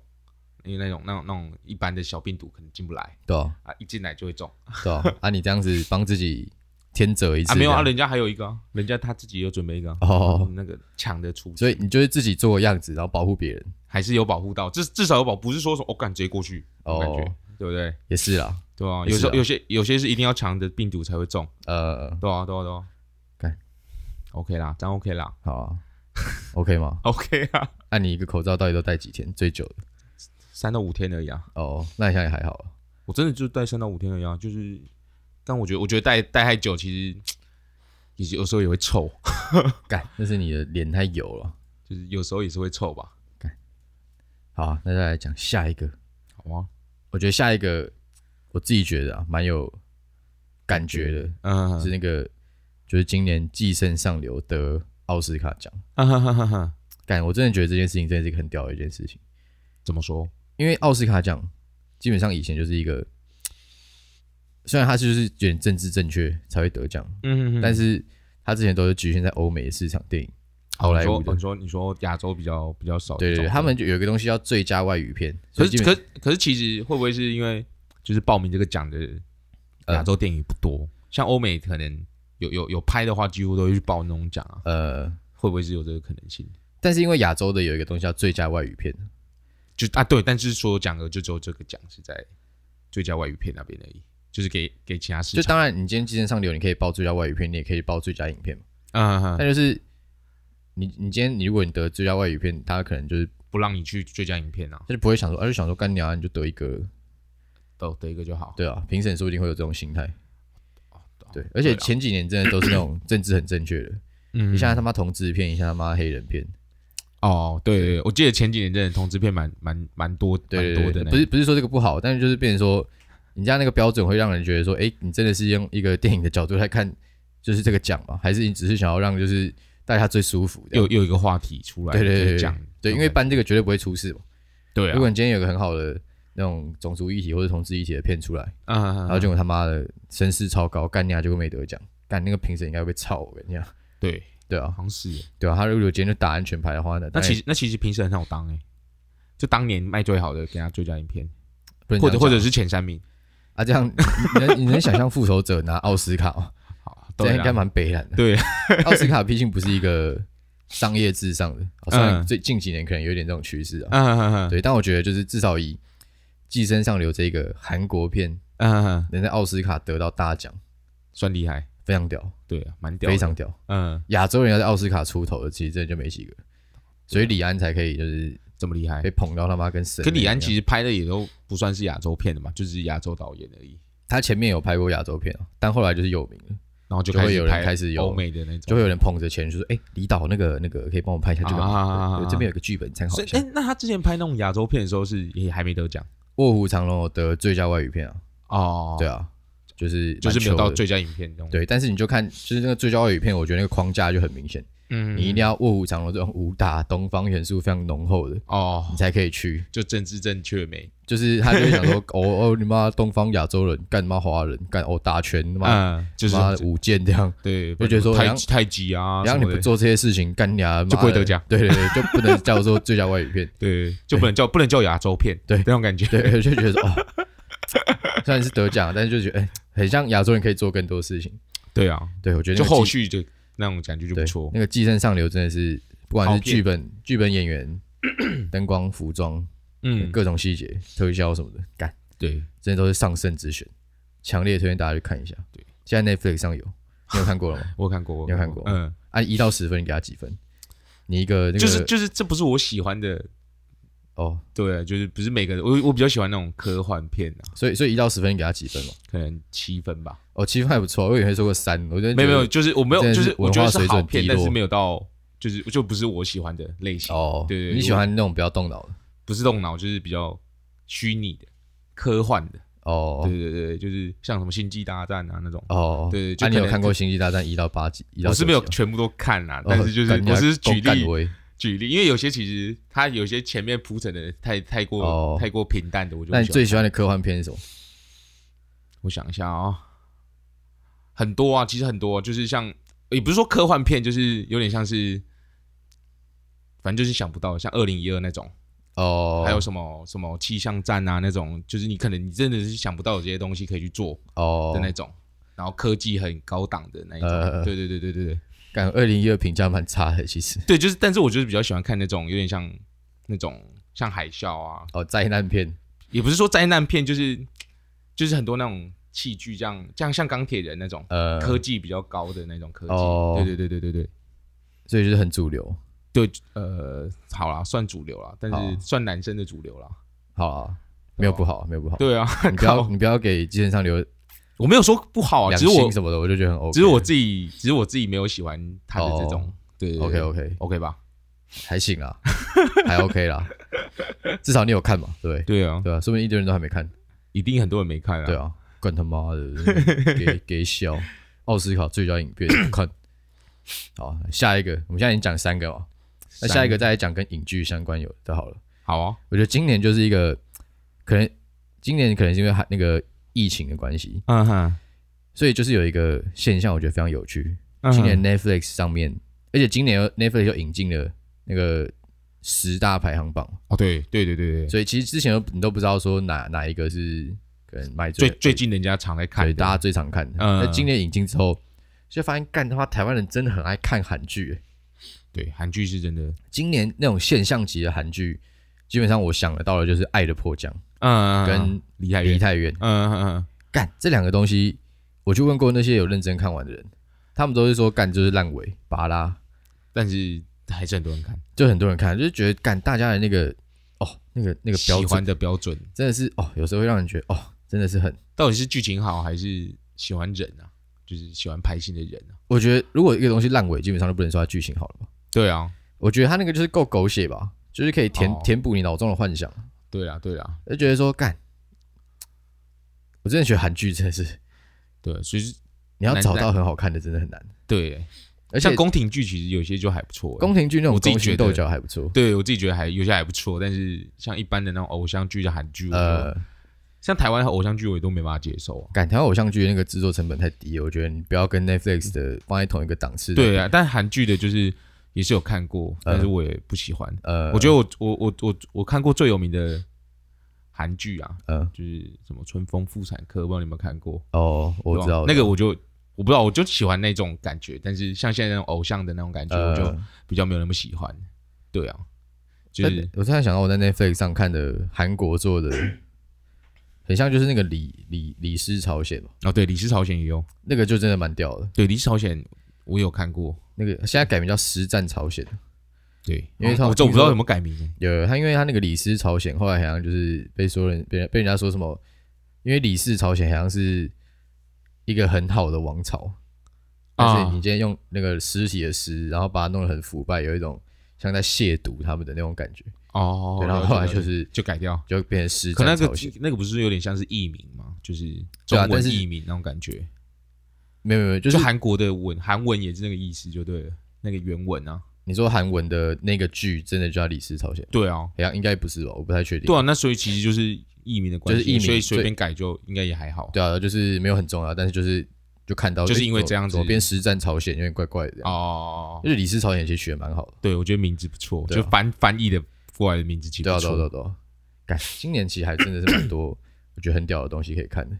Speaker 2: 因为那种那种那种一般的小病毒可能进不来
Speaker 1: 对啊，
Speaker 2: 啊，一进来就会中
Speaker 1: 对啊，
Speaker 2: (laughs)
Speaker 1: 啊，你这样子帮自己添折一次
Speaker 2: 啊。没有啊，
Speaker 1: 这样
Speaker 2: 人家还有一个啊、人家他自己有准备一个啊、
Speaker 1: 哦，
Speaker 2: 那个抢的出，
Speaker 1: 所以你就是自己做个样子，然后保护别人。
Speaker 2: 还是有保护到，至至少有保，不是说说我敢、直接过去，
Speaker 1: 哦
Speaker 2: 哦、感觉对不对？
Speaker 1: 也是啦，
Speaker 2: 对啊，
Speaker 1: 也
Speaker 2: 有
Speaker 1: 是
Speaker 2: 时候
Speaker 1: 啊
Speaker 2: 有些有些是一定要抢的病毒才会中，
Speaker 1: 呃，
Speaker 2: 对啊，对啊，对啊。
Speaker 1: 干
Speaker 2: OK 啦，这样 OK 啦
Speaker 1: 好
Speaker 2: (laughs)
Speaker 1: 啊，OK 吗？
Speaker 2: ，OK 啊，
Speaker 1: 那、你一个口罩到底都戴几天？最久的
Speaker 2: 三到五天而已啊。
Speaker 1: 哦，那你现在也还好啊。
Speaker 2: 我真的就戴三到五天而已啊，就是，但我觉得，我觉得戴戴太久，其实也是有时候也会臭， (laughs)
Speaker 1: 干，那是你的脸太油了。
Speaker 2: 就是有时候也是会臭吧，
Speaker 1: 好啊，那再来讲下一个。
Speaker 2: 好吗？
Speaker 1: 我觉得下一个，我自己觉得啊，蛮有感觉的。
Speaker 2: 嗯，
Speaker 1: 是那个就是今年《寄生上流》得奥斯卡奖。
Speaker 2: 啊哈哈哈哈，
Speaker 1: 干，我真的觉得这件事情真的是一个很屌的一件事情，
Speaker 2: (laughs) 怎么说？
Speaker 1: 因为奥斯卡奖基本上以前就是一个，虽然它就是有点政治正确才会得奖，
Speaker 2: 嗯
Speaker 1: 但
Speaker 2: 是
Speaker 1: 是他之前都是局限在欧美的市场电影，好莱坞
Speaker 2: 你说
Speaker 1: 的
Speaker 2: 你。说你说亚洲比较比较少这
Speaker 1: 对
Speaker 2: 种，
Speaker 1: 对对，他们就有一个东西叫最佳外语片，所
Speaker 2: 可
Speaker 1: 以基
Speaker 2: 是
Speaker 1: 本
Speaker 2: 哦可是可是其实会不会是因为就是报名这个奖的呃亚洲电影不多，像欧美可能有有有拍的话，几乎都会去报那种奖啊，
Speaker 1: 呃，
Speaker 2: 会不会是有这个可能性？
Speaker 1: 但是因为亚洲的有一个东西叫最佳外语片，
Speaker 2: 就啊对，但是所有奖额就只有这个奖是在最佳外语片那边而已，就是给给其他市
Speaker 1: 就
Speaker 2: 场，
Speaker 1: 当然你今天《寄生上流》，你可以报最佳外语片，你也可以报最佳影片嘛。
Speaker 2: 嗯嗯，嗯
Speaker 1: 但就是你你今天你如果你得最佳外语片，他可能就是
Speaker 2: 不让你去最佳影片啊，
Speaker 1: 他就不会想说，而、就想说干娘、啊、你就得一个，
Speaker 2: 得得一个就好。
Speaker 1: 对啊，评审说不定会有这种心态。
Speaker 2: 哦
Speaker 1: 对，而且
Speaker 2: 啦
Speaker 1: 前几年真的都是那
Speaker 2: (coughs)
Speaker 1: 种政治很正确的，
Speaker 2: 嗯
Speaker 1: 一下他妈同志片，一下他妈黑人片，
Speaker 2: 哦，对对，对我记得前几年真的同志片蛮蛮蛮多
Speaker 1: 对
Speaker 2: 蛮
Speaker 1: 对
Speaker 2: 多
Speaker 1: 对，
Speaker 2: 的呢，
Speaker 1: 不是不是说这个不好，但是就是变成说，人家那个标准会让人觉得说，哎，你真的是用一个电影的角度来看，就是这个奖嘛，还是你只是想要让就是大家最舒服的？
Speaker 2: 又又有一个话题出来，
Speaker 1: 对对对
Speaker 2: 可以
Speaker 1: 对
Speaker 2: 讲
Speaker 1: 对，因为颁这个绝对不会出事嘛。
Speaker 2: 对啊
Speaker 1: 如，果你今天有个很好的那种种族议题或者同志议题的片出来，
Speaker 2: 嗯嗯，嗯
Speaker 1: 然后结果他妈的声势超高，干你啊，结果没得奖，干那个评审应该会被操，我跟你讲，
Speaker 2: 对，
Speaker 1: 对啊
Speaker 2: 好，像是耶。
Speaker 1: 对啊，他如果今天就打安全牌的话呢，
Speaker 2: 那
Speaker 1: 当然
Speaker 2: 其实那其实评审很好当哎、就当年卖最好的给他最佳影片，
Speaker 1: 不能
Speaker 2: 或者
Speaker 1: 这样讲
Speaker 2: 或者是前三名，
Speaker 1: 啊，这样你你能你能想象复仇者拿奥斯卡吗？
Speaker 2: 好，
Speaker 1: 这
Speaker 2: 对
Speaker 1: 样
Speaker 2: 啊
Speaker 1: 应该蛮悲惨的。
Speaker 2: (laughs) 对，
Speaker 1: 奥斯卡毕竟不是一个商业至上的，好像
Speaker 2: 嗯
Speaker 1: 最近几年可能有点这种趋势啊。
Speaker 2: 嗯嗯嗯
Speaker 1: 对，但我觉得就是至少以《寄生上流》这个韩国片
Speaker 2: 嗯嗯嗯，
Speaker 1: 能在奥斯卡得到大奖，
Speaker 2: 算厉害，
Speaker 1: 非常屌，
Speaker 2: 对啊，蛮屌的，
Speaker 1: 非常屌。
Speaker 2: 嗯，
Speaker 1: 亚洲人要在奥斯卡出头的，其实真的就没几个，所以李安才可以就是
Speaker 2: 这么厉害
Speaker 1: 被。捧到他妈跟神一
Speaker 2: 啊哎可
Speaker 1: 样。
Speaker 2: 李安其
Speaker 1: 实
Speaker 2: 实拍的也都不算是亚洲片的嘛，就是亚洲导演而已，
Speaker 1: 他前面有拍过亚洲片啊，但后来就是有名了，
Speaker 2: 然后就
Speaker 1: 就会
Speaker 2: 开始
Speaker 1: 有人
Speaker 2: 拍
Speaker 1: 开始有
Speaker 2: 欧美的那种，
Speaker 1: 就会有人捧着钱就说：“哎、李导那个那个可以帮我拍一下这个吗？
Speaker 2: 啊
Speaker 1: 对这边有个剧本参考
Speaker 2: 所
Speaker 1: 一
Speaker 2: 以
Speaker 1: 下。
Speaker 2: 哎、那他之前拍那种亚洲片的时候是也还没得奖
Speaker 1: 卧虎藏龙》有得最佳外语片啊，
Speaker 2: 哦，
Speaker 1: 对，啊，就是
Speaker 2: 就是没有
Speaker 1: 蛮糗
Speaker 2: 到
Speaker 1: 的
Speaker 2: 最佳影片这种，，
Speaker 1: 对，但是你就看就是那个最佳外语片，我觉得那个框架就很明显，
Speaker 2: 嗯
Speaker 1: 你一定要卧虎藏龙这种武打东方元素非常浓厚的，
Speaker 2: 哦
Speaker 1: 你，才可以去。
Speaker 2: 就政治正确没，
Speaker 1: 就是他就会想说， (laughs) 哦哦，你妈东方亚洲人干你妈华人干哦打拳他妈、
Speaker 2: 嗯，就是
Speaker 1: 妈舞剑这样，
Speaker 2: 对，
Speaker 1: 就觉得说
Speaker 2: 太
Speaker 1: 梁
Speaker 2: 太极啊，
Speaker 1: 然后
Speaker 2: 什
Speaker 1: 你
Speaker 2: 么
Speaker 1: 不
Speaker 2: 的，
Speaker 1: 做这些事情干你啊，
Speaker 2: 就
Speaker 1: 妈
Speaker 2: 不会
Speaker 1: 的
Speaker 2: 得奖。
Speaker 1: 对对对，就不
Speaker 2: (laughs)
Speaker 1: 能叫做最佳外语片。
Speaker 2: 对，就不能叫不能叫亚洲片，
Speaker 1: 哎对
Speaker 2: 那种感觉，
Speaker 1: 对， (laughs) 就觉得说哦，虽然是得奖，但是就觉得哎、很像亚洲人可以做更多事情。
Speaker 2: (laughs) 对啊，
Speaker 1: 对，我觉得那
Speaker 2: 就
Speaker 1: 个
Speaker 2: 后
Speaker 1: 寄
Speaker 2: 续就那种感觉就不
Speaker 1: 对
Speaker 2: 错，
Speaker 1: 那个寄生上流真的是，不管
Speaker 2: 好
Speaker 1: 是
Speaker 2: 片
Speaker 1: 剧本、剧本演员、灯光、服装、
Speaker 2: 嗯，
Speaker 1: 各种细节、特效什么的，干
Speaker 2: 对，
Speaker 1: 真的都是上圣之选，强烈推荐大家去看一下。
Speaker 2: 对，
Speaker 1: 现在 Netflix 上有，
Speaker 2: (laughs)
Speaker 1: 你有看过了吗？
Speaker 2: 我有看过，我
Speaker 1: 你有看过
Speaker 2: 嗯，
Speaker 1: 按一到十分，你给他几分？你一个那个
Speaker 2: 就是就是这不是我喜欢的，
Speaker 1: 哦，
Speaker 2: 对，啊就是不是每个我我比较喜欢那种科幻片啊，
Speaker 1: 所以所以一到十分你给他几分嘛？
Speaker 2: 可能七分吧，
Speaker 1: 哦，七分还不错，我以为你说过三，我觉得
Speaker 2: 没有没有，
Speaker 1: 觉
Speaker 2: 就是我没有
Speaker 1: 真的
Speaker 2: 就是是我觉得
Speaker 1: 文化
Speaker 2: 是
Speaker 1: 水准
Speaker 2: 好片，
Speaker 1: 低
Speaker 2: 但
Speaker 1: 落
Speaker 2: 是没有到就是就不是我喜欢的类
Speaker 1: 得，
Speaker 2: 型
Speaker 1: 哦，
Speaker 2: 对对对
Speaker 1: 你喜欢那种不要动脑的
Speaker 2: 不是动脑，就是比较虚拟的科幻的，
Speaker 1: 哦。
Speaker 2: 对对对，对就是像什么星际大战啊那种。
Speaker 1: 哦，
Speaker 2: 对对就
Speaker 1: 那、你有
Speaker 2: 可能
Speaker 1: 看过《星际大战》一到八集？一到
Speaker 2: 我是没有
Speaker 1: 九集
Speaker 2: 全部都看啦、
Speaker 1: 啊，
Speaker 2: 但是就是
Speaker 1: 哦哦干你
Speaker 2: 我
Speaker 1: 还
Speaker 2: 是举
Speaker 1: 够干
Speaker 2: 例
Speaker 1: 威
Speaker 2: 举例，因为有些其实它有些前面铺陈的太太过、
Speaker 1: 哦
Speaker 2: 太过平淡的，我就
Speaker 1: 那
Speaker 2: 不
Speaker 1: 你
Speaker 2: 喜欢
Speaker 1: 最喜欢的科幻片是什么？
Speaker 2: 我想一下啊、哦，很多啊，其实很多、就是像也不是说科幻片，就是有点像是，反正就是想不到，像二零一二那种，
Speaker 1: 哦，
Speaker 2: 还有什么什么气象站啊那种，就是你可能你真的是想不到有这些东西可以去做
Speaker 1: 哦
Speaker 2: 的，那种，然后科技很高档的那一种，
Speaker 1: 呃
Speaker 2: 对对对对对对
Speaker 1: 感二零一二评价蛮差的，其实
Speaker 2: 对，就是但是我就是比较喜欢看那种有点像那种像海啸啊，
Speaker 1: 哦，灾难片
Speaker 2: 也不是说灾难片，就是就是很多那种器具这样，这样像钢铁人那种、
Speaker 1: 呃，
Speaker 2: 科技比较高的那种科技。
Speaker 1: 哦
Speaker 2: 对对对对对对
Speaker 1: 所以就是很主流。
Speaker 2: 对，呃，好啦，算主流啦，但
Speaker 1: 好
Speaker 2: 是算男生的主流啦。
Speaker 1: 好啊，没有不好，没有不好。
Speaker 2: 对啊，
Speaker 1: 你不要
Speaker 2: 靠
Speaker 1: 你不要给《寄生上流》
Speaker 2: 我没有说不好啊，
Speaker 1: 两
Speaker 2: 只是我
Speaker 1: 星什么的，我就觉得很 OK。
Speaker 2: 只是我自己，只是我自己没有喜欢他的这种
Speaker 1: 哦。
Speaker 2: 对对
Speaker 1: OK OK
Speaker 2: OK 吧？
Speaker 1: 还行啦，
Speaker 2: (laughs)
Speaker 1: 还 OK 啦，至少你有看嘛，对不对
Speaker 2: 对啊，
Speaker 1: 对啊，说不定一堆人都还没看。
Speaker 2: 一定很多人没看啊。
Speaker 1: 对啊，管他妈的，
Speaker 2: (laughs)
Speaker 1: 给给笑。奥斯卡最佳影片看。好，下一个，我们现在已经讲三个嘛，那
Speaker 2: 三，
Speaker 1: 下一个再来讲跟影剧相关有的好了。
Speaker 2: 好啊，
Speaker 1: 我觉得今年就是一个，可能今年可能是因为还那个疫情的关系，
Speaker 2: 嗯哼，
Speaker 1: 所以就是有一个现象，我觉得非常有趣，今年
Speaker 2: 嗯
Speaker 1: Netflix 上面，而且今年 Netflix 又引进了那个十大排行榜，
Speaker 2: 哦，对对对对对，
Speaker 1: 所以其实之前都你都不知道说哪哪一个是可能卖
Speaker 2: 最
Speaker 1: 最
Speaker 2: 最近人家常在看
Speaker 1: 对
Speaker 2: 的，
Speaker 1: 大家最常看的。
Speaker 2: 嗯
Speaker 1: 那、今年引进之后，就发现干他妈台湾人真的很爱看韩剧、欸
Speaker 2: 对韩剧是真的，
Speaker 1: 今年那种现象级的韩剧，基本上我想得到的就是《爱的迫降
Speaker 2: 嗯，》
Speaker 1: 跟
Speaker 2: 李海
Speaker 1: 《梨
Speaker 2: 源，
Speaker 1: 泰院》。
Speaker 2: 嗯嗯嗯，
Speaker 1: 干这两个东西，我去问过那些有认真看完的人，他们都是说干就是烂尾拔拉，
Speaker 2: 但是还是很多人看，
Speaker 1: 就很多人看，就是觉得干大家的那个哦那个那个标
Speaker 2: 喜欢
Speaker 1: 准
Speaker 2: 的标准
Speaker 1: 真的是哦，有时候会让人觉得哦真的是很。
Speaker 2: 到底是剧情好还是喜欢人啊？就是喜欢拍戏的人啊？
Speaker 1: 我觉得如果一个东西烂尾，基本上就不能说它剧情好了吧？
Speaker 2: 对啊，
Speaker 1: 我觉得它那个就是够狗血吧，就是可以填、
Speaker 2: 哦
Speaker 1: 填补你脑中的幻想，
Speaker 2: 对啊，对啊，
Speaker 1: 就觉得说干，我真的觉得韩剧真的是
Speaker 2: 对，所以是
Speaker 1: 你要
Speaker 2: 难
Speaker 1: 找
Speaker 2: 难
Speaker 1: 到很好看的真的很难，
Speaker 2: 对，
Speaker 1: 而且
Speaker 2: 像宫廷剧其实有些就还不错欸，
Speaker 1: 宫廷剧那种
Speaker 2: 我自己
Speaker 1: 勾心
Speaker 2: 觉得
Speaker 1: 斗角还不错，
Speaker 2: 对我自己觉得还有些还不错，但是像一般的那种偶像剧的韩剧，呃，
Speaker 1: 呃。
Speaker 2: 像台湾的偶像剧我也都没办法接受啊。
Speaker 1: 赶台湾偶像剧的那个制作成本太低了，我觉得你不要跟 Netflix 的放在同一个档次。
Speaker 2: 对，啊，但韩剧的就是也是有看过，但是我也不喜欢。
Speaker 1: 呃，
Speaker 2: 我觉得我我我我我看过最有名的韩剧啊，
Speaker 1: 呃，
Speaker 2: 就是什么《春风妇产科》，不知道你有没有看过？
Speaker 1: 哦，我知道
Speaker 2: 对吧那个，我就我不知道，我就喜欢那种感觉，但是像现在那种偶像的那种感觉，我就
Speaker 1: 呃，
Speaker 2: 比较没有那么喜欢。对啊，就
Speaker 1: 但
Speaker 2: 是
Speaker 1: 我突然想到我在 Netflix 上看的韩国做的，很像就是那个李李李氏朝鲜嘛，
Speaker 2: 哦，对，《李氏朝鲜》也有，
Speaker 1: 那个就真的蛮屌的。
Speaker 2: 对，《李氏朝鲜》我有看过。
Speaker 1: 那个现在改名叫《实战朝鲜》，
Speaker 2: 对，哦
Speaker 1: 因为他
Speaker 2: 我
Speaker 1: 们
Speaker 2: 这我
Speaker 1: 听
Speaker 2: 不知道
Speaker 1: 说
Speaker 2: 有没有改名欸
Speaker 1: 有他，因为他那个李氏朝鲜后来好像就是被说人被人被人家说什么，因为李氏朝鲜好像是一个很好的王朝，但是
Speaker 2: 啊
Speaker 1: 你今天用那个尸体的尸，然后把它弄得很腐败，有一种像在亵渎他们的那种感觉。
Speaker 2: 哦，
Speaker 1: 对，然后
Speaker 2: 了
Speaker 1: 后来
Speaker 2: 解了
Speaker 1: 就
Speaker 2: 解
Speaker 1: 是
Speaker 2: 就改掉。
Speaker 1: 就变成尸
Speaker 2: 可
Speaker 1: 战
Speaker 2: 那个
Speaker 1: 朝鲜。
Speaker 2: 那个不是有点像是译名吗？就是
Speaker 1: 对
Speaker 2: 中
Speaker 1: 啊但
Speaker 2: 文
Speaker 1: 是
Speaker 2: 译名那种感觉，
Speaker 1: 没有没有，没有就
Speaker 2: 就是是韩国的文韩文也是那个意思，就对了，那个原文啊，
Speaker 1: 你说韩文的那个剧真的就叫李氏朝鲜，
Speaker 2: 对啊，
Speaker 1: 好像应该不是吧？我不太确定。
Speaker 2: 对啊，那所以其实就是译名的关系，
Speaker 1: 就是译名
Speaker 2: 所以随
Speaker 1: 对
Speaker 2: 便改就应该也还好。
Speaker 1: 对啊，就是没有很重要，但是就是就看到
Speaker 2: 就是
Speaker 1: 诶
Speaker 2: 因为
Speaker 1: 左
Speaker 2: 这样子
Speaker 1: 左边实战朝鲜有点怪怪的这样。
Speaker 2: 哦，
Speaker 1: 就是李氏朝鲜其实取得蛮好的。
Speaker 2: 对，我觉得名字不错，
Speaker 1: 对啊
Speaker 2: 就翻翻译的过来的名字其实
Speaker 1: 对啊
Speaker 2: 不
Speaker 1: 对啊对啊
Speaker 2: 错。
Speaker 1: 对啊，感今年其实还真的是蛮多我觉得很屌的东西可以看的。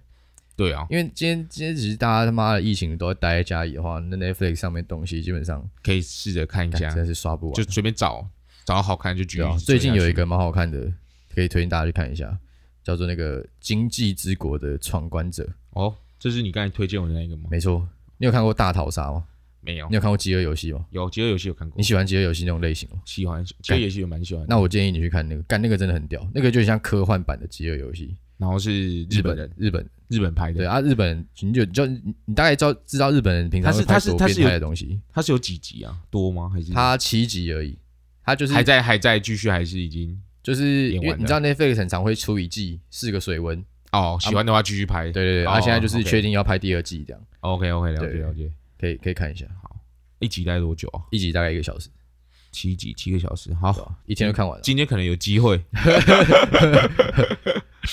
Speaker 2: 对啊，
Speaker 1: 因为今天今天其实大家他妈的疫情都在待在家里的话，那 Netflix 上面东西基本上
Speaker 2: 可以试着看一
Speaker 1: 干
Speaker 2: 下
Speaker 1: 真，的是刷不完。
Speaker 2: 就随便找找到好看就继续
Speaker 1: 对啊
Speaker 2: 追下去。
Speaker 1: 最近有一个蛮好看的，可以推荐大家去看一下，叫做那个《经济之国的闯关者》。
Speaker 2: 哦，这是你刚才推荐我的那个吗？
Speaker 1: 没错，你有看过《大逃杀》吗？
Speaker 2: 没有
Speaker 1: 你，有看过《饥饿游戏》吗？
Speaker 2: 有《饥饿游戏》有看过
Speaker 1: 你，喜欢《饥饿游戏》那种类型吗？
Speaker 2: 喜欢《饥饿游戏》也蛮喜欢的。
Speaker 1: 那我建议你去看那个，干那个真的很屌，那个就很像科幻版的《饥饿游戏
Speaker 2: 然后是》。日
Speaker 1: 日
Speaker 2: 本
Speaker 1: 本
Speaker 2: 人，，
Speaker 1: 日本
Speaker 2: 日本拍的
Speaker 1: 对，啊，日本人你就你就你你大概知道知道日本人平常
Speaker 2: 他是
Speaker 1: 会拍
Speaker 2: 他是
Speaker 1: 多
Speaker 2: 他
Speaker 1: 变
Speaker 2: 是
Speaker 1: 态
Speaker 2: 有
Speaker 1: 的东西。
Speaker 2: 它是有几集啊？多吗？还是
Speaker 1: 他七集而已，他就是
Speaker 2: 还在还在继续，还是已经
Speaker 1: 就是
Speaker 2: 演
Speaker 1: 因为
Speaker 2: 完
Speaker 1: 你知道 Netflix 很常会出一季四个水温，
Speaker 2: 哦？喜欢的话继续拍。
Speaker 1: 对对对，
Speaker 2: 哦
Speaker 1: 他现在就是
Speaker 2: OK
Speaker 1: 确定要拍第二季这样，
Speaker 2: ，OK OK，了解
Speaker 1: 对
Speaker 2: 了解。
Speaker 1: 可以可以看一下，
Speaker 2: 一集大概多久啊？
Speaker 1: 一集大概一个小时，
Speaker 2: 七集，七个小时。
Speaker 1: 对
Speaker 2: 好，
Speaker 1: 吧？一天就看完了。
Speaker 2: 今天可能有机会。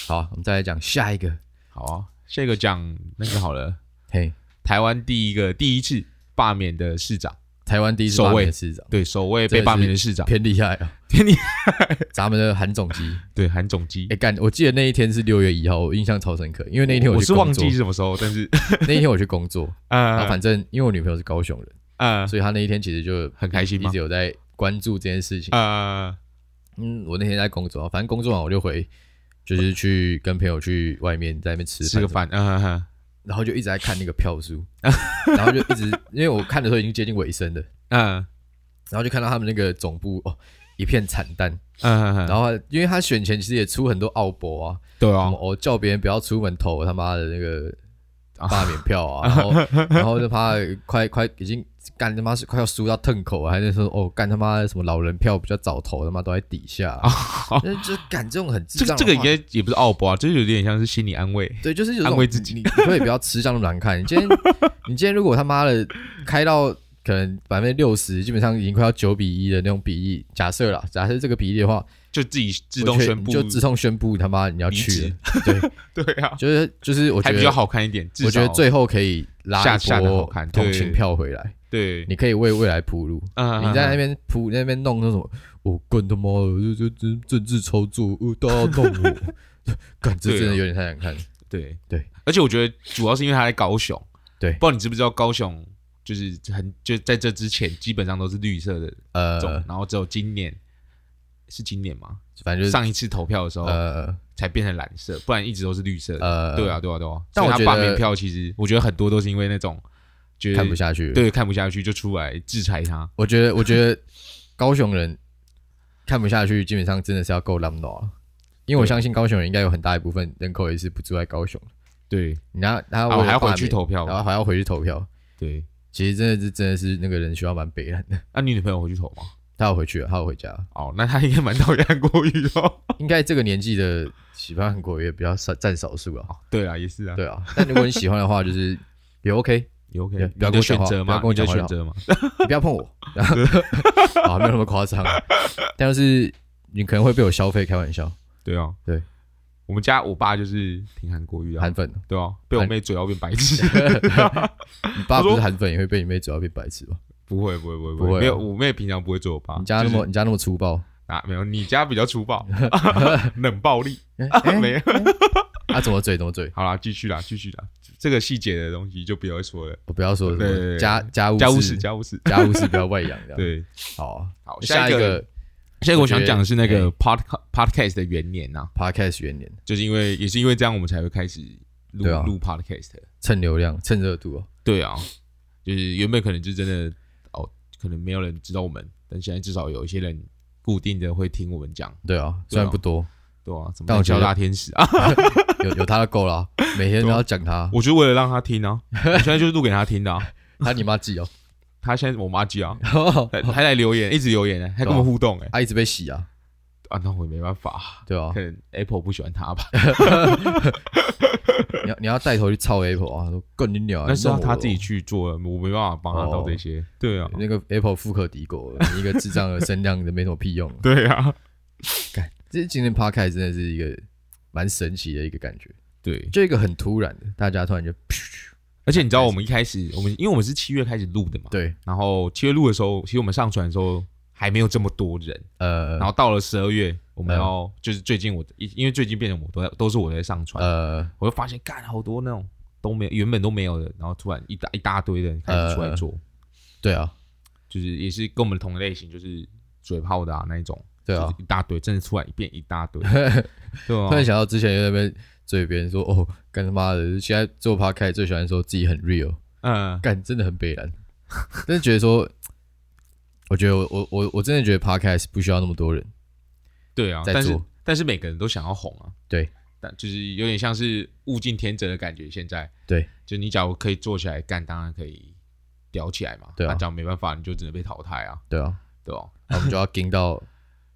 Speaker 1: 好，我们再来讲下一个，
Speaker 2: 好啊，下一个讲那个好了，
Speaker 1: 嘿，
Speaker 2: 台湾第一个第一次罢免的市长，
Speaker 1: 台湾第一次罢免的市长，
Speaker 2: 对，首位被罢免的市长，
Speaker 1: 偏厉害啊，
Speaker 2: 偏厉
Speaker 1: 害。咱们的韩总机，
Speaker 2: 对，韩总机
Speaker 1: 哎。干，我记得那一天是六月一号，我印象超深刻，因为那一天
Speaker 2: 我
Speaker 1: 我去
Speaker 2: 是
Speaker 1: 工
Speaker 2: 忘
Speaker 1: 作
Speaker 2: 记是什么时候，但
Speaker 1: (laughs)
Speaker 2: 是
Speaker 1: 那一天我去工
Speaker 2: (laughs)
Speaker 1: 作，然后
Speaker 2: 呃
Speaker 1: 反正因为我女朋友是高雄人，
Speaker 2: 呃
Speaker 1: 所以她那一天其实就
Speaker 2: 很开心
Speaker 1: 一
Speaker 2: 吗
Speaker 1: 直有在关注这件事情。
Speaker 2: 呃，
Speaker 1: 嗯，我那天在工作，反正工作完我就回，就是去跟朋友去外面在那边吃
Speaker 2: 吃个，饭，嗯嗯嗯
Speaker 1: 然后就一直在看那个票
Speaker 2: (laughs)
Speaker 1: 数，然后就一直因为我看的时候已经接近尾声了，
Speaker 2: 嗯
Speaker 1: 然后就看到他们那个总部哦一片惨淡，
Speaker 2: 嗯嗯，
Speaker 1: 然后因为他选前其实也出很多奥博啊，
Speaker 2: 对
Speaker 1: 什
Speaker 2: 啊
Speaker 1: 么，哦叫别人不要出门投他妈的那个罢免票
Speaker 2: (laughs)
Speaker 1: 啊，然后然后就怕快快已经干他妈是快要输到腾口啊，还在说哦干他妈什么老人票比较早投，他妈都在底下、啊，就就干 (laughs) 这种很智
Speaker 2: 这个
Speaker 1: 障
Speaker 2: 哦这
Speaker 1: 的
Speaker 2: 个应
Speaker 1: 话
Speaker 2: 该也不是奥博啊，这有点像是心理安慰。
Speaker 1: 对，就是有
Speaker 2: 安
Speaker 1: 种
Speaker 2: 慰自己
Speaker 1: 你，你可以不要吃相那么难看。你
Speaker 2: (laughs)
Speaker 1: 今天你今天如果他妈的开到可能百分之六十，基本上已经快要九比一的那种比例，假设啦，假设这个比例的话，
Speaker 2: 就自己自
Speaker 1: 我
Speaker 2: 动
Speaker 1: 觉得
Speaker 2: 宣
Speaker 1: 你
Speaker 2: 布，
Speaker 1: 就自动宣布他妈你要
Speaker 2: 离
Speaker 1: 去
Speaker 2: 职
Speaker 1: 了。对，
Speaker 2: (laughs) 对啊，
Speaker 1: 就是就是我觉
Speaker 2: 还
Speaker 1: 得
Speaker 2: 比较好看一点。至
Speaker 1: 我觉
Speaker 2: 少
Speaker 1: 得最后可以拉
Speaker 2: 下
Speaker 1: 一
Speaker 2: 下得好
Speaker 1: 波
Speaker 2: 看对
Speaker 1: 同情票回来。
Speaker 2: 对，
Speaker 1: 你可以为未来铺路。
Speaker 2: 啊
Speaker 1: 你在那边铺那边弄那什么，我干他妈的，这这这政治操作，呃，都要弄我， (laughs) 干这真的有点太难看。
Speaker 2: 对
Speaker 1: 对，
Speaker 2: 而且我觉得主要是因为他在高雄，
Speaker 1: 对
Speaker 2: 不知道你知不知道高雄就是很就在这之前基本上都是绿色的种，
Speaker 1: 呃，
Speaker 2: 然后只有今年是今年吗？
Speaker 1: 反正就是
Speaker 2: 上一次投票的时候、
Speaker 1: 呃
Speaker 2: 才变成蓝色，不然一直都是绿色的。
Speaker 1: 呃，
Speaker 2: 对啊，对啊，对啊。
Speaker 1: 但
Speaker 2: 所以
Speaker 1: 我觉
Speaker 2: 他罢
Speaker 1: 得
Speaker 2: 免票其实我觉得很多都是因为那种觉得
Speaker 1: 看不下去。，
Speaker 2: 对看不下去就出来制裁他。
Speaker 1: 我觉得我觉得高雄人看不下去，基本上真的是要够浪闹了，因为我
Speaker 2: 对
Speaker 1: 相信高雄人应该有很大一部分人口也是不住在高雄，
Speaker 2: 对，
Speaker 1: 然后他
Speaker 2: 啊，我还要回去，投票
Speaker 1: 然。后还要回去投票。
Speaker 2: 对，
Speaker 1: 其实真的是真的是那个人需要蛮北蓝的，
Speaker 2: 那、你女朋友回去投吗？
Speaker 1: 他要回去了，他要回家了。
Speaker 2: 哦，那她应该蛮讨厌韩国瑜的哦。 (laughs)
Speaker 1: 应该这个年纪的喜欢韩国也比较少占少数啊。
Speaker 2: 哦对啊，也是啊，
Speaker 1: 对啊，但如果你喜欢的话，就是也 OK，
Speaker 2: 也 OK，
Speaker 1: 对
Speaker 2: 你
Speaker 1: 不要跟
Speaker 2: 的
Speaker 1: 我讲
Speaker 2: 选
Speaker 1: 话
Speaker 2: 择
Speaker 1: 不要
Speaker 2: 嘛，
Speaker 1: 跟我
Speaker 2: 你
Speaker 1: 讲
Speaker 2: 的
Speaker 1: 话
Speaker 2: 选
Speaker 1: 就
Speaker 2: 择嘛，
Speaker 1: 你不要碰我。 (laughs) 然后啊，没有那么夸张啊，但是你可能会被我消费，开玩笑，
Speaker 2: 对啊，
Speaker 1: 对，
Speaker 2: 我们家我爸就是听韩国语啊
Speaker 1: 韩，粉。
Speaker 2: 对啊，被我妹嘴到变白
Speaker 1: (laughs)
Speaker 2: 痴，
Speaker 1: 你爸不是韩粉，也会被你妹嘴要变白痴吧？
Speaker 2: 不会不会不会
Speaker 1: 不会啊
Speaker 2: 没有，我妹平常不会嘴我爸，
Speaker 1: 你家那
Speaker 2: 就是
Speaker 1: 么你家那么粗暴，
Speaker 2: 啊没有，你家比较粗
Speaker 1: (laughs)
Speaker 2: 暴，冷暴力，
Speaker 1: 哎 (laughs) 哎
Speaker 2: 没有，
Speaker 1: 啊，怎么嘴怎么嘴，
Speaker 2: 好啦，继续啦，继续啦，这个细节的东西就不要说了，
Speaker 1: 我不要说什
Speaker 2: 对对对
Speaker 1: 么家家务
Speaker 2: 家务
Speaker 1: 事
Speaker 2: 事家务事，
Speaker 1: 家务事不要外扬这样。
Speaker 2: 对，
Speaker 1: 好啊，
Speaker 2: 好，
Speaker 1: 下
Speaker 2: 一
Speaker 1: 一个
Speaker 2: 下一个我想
Speaker 1: 我觉得
Speaker 2: 讲的是那个
Speaker 1: 哎
Speaker 2: pod podcast 的元年呐，
Speaker 1: podcast 元年，
Speaker 2: 就是因为也是因为这样我们才会开始录
Speaker 1: 对啊
Speaker 2: 录 podcast，
Speaker 1: 蹭流量蹭热度啊，
Speaker 2: 对啊，就是原本可能就真的哦，可能没有人知道我们，但现在至少有一些人固定的会听我们讲，
Speaker 1: 对啊，
Speaker 2: 对啊
Speaker 1: 虽然不多，
Speaker 2: 对啊，怎么
Speaker 1: 但我觉
Speaker 2: 叫
Speaker 1: 得
Speaker 2: 大天使啊？
Speaker 1: 有有他的够了，每天都要讲他，
Speaker 2: 我就为了让他听啊，我现在就是录给他听的啊。
Speaker 1: 他你妈记哦， (laughs)
Speaker 2: 他现在我妈 (laughs) 记啊，还
Speaker 1: 他
Speaker 2: 还来留言，一直留言呢、还跟我们互动哎、
Speaker 1: 一直被洗啊，
Speaker 2: 啊，那我也没办法，
Speaker 1: 对啊
Speaker 2: 可，能 Apple 不喜欢他吧？
Speaker 1: 你要你要带头去操 Apple 啊，说更你鸟啊，
Speaker 2: (laughs) 那是要
Speaker 1: 你弄
Speaker 2: 他
Speaker 1: 我
Speaker 2: 自己去做，我没办法帮他到这些。对啊，
Speaker 1: 那个 Apple 富可敌国，你一个智障的声量都没什么屁用。 (laughs)
Speaker 2: 对啊，
Speaker 1: 这今天 podcast 真的是一个蛮神奇的一个感觉，
Speaker 2: 对。
Speaker 1: 就一个很突然的，大家突然就 (laughs)
Speaker 2: 而且你知道，我们一开始，我们因为我们是七月开始录的嘛，
Speaker 1: 对，
Speaker 2: 然后七月录的时候，其实我们上传的时候还没有这么多人。
Speaker 1: 呃
Speaker 2: 然后到了十二月，我们
Speaker 1: 嗯
Speaker 2: 要、就是最近我因因为最近变成我都在都是我在上传，
Speaker 1: 呃
Speaker 2: 我就发现干好多那种都没有原本都没有的，然后突然一大一大堆的人开始出来做，
Speaker 1: 对啊
Speaker 2: 就是也是跟我们同类型，就是嘴炮的啊那一种，
Speaker 1: 对啊
Speaker 2: 就，是一大堆，真的突然变一大堆，对
Speaker 1: (laughs) 突然
Speaker 2: 啊，
Speaker 1: 想到之前在那边嘴别人说哦干他妈的，现在做 podcast 最喜欢说自己很 real，
Speaker 2: 嗯，
Speaker 1: 干真的很北然，真的觉得说，我觉得我我我我真的觉得 podcast 不需要那么多人，
Speaker 2: 对啊，
Speaker 1: 在
Speaker 2: 但是
Speaker 1: 做
Speaker 2: 但是每个人都想要红啊，
Speaker 1: 对，
Speaker 2: 但就是有点像是物竞天择的感觉，现在
Speaker 1: 对，
Speaker 2: 就你假如可以做起来干，当然可以屌起来嘛，
Speaker 1: 对啊
Speaker 2: 那假如没办法，你就只能被淘汰啊，
Speaker 1: 对啊，
Speaker 2: 对吧、
Speaker 1: 那我们就要盯到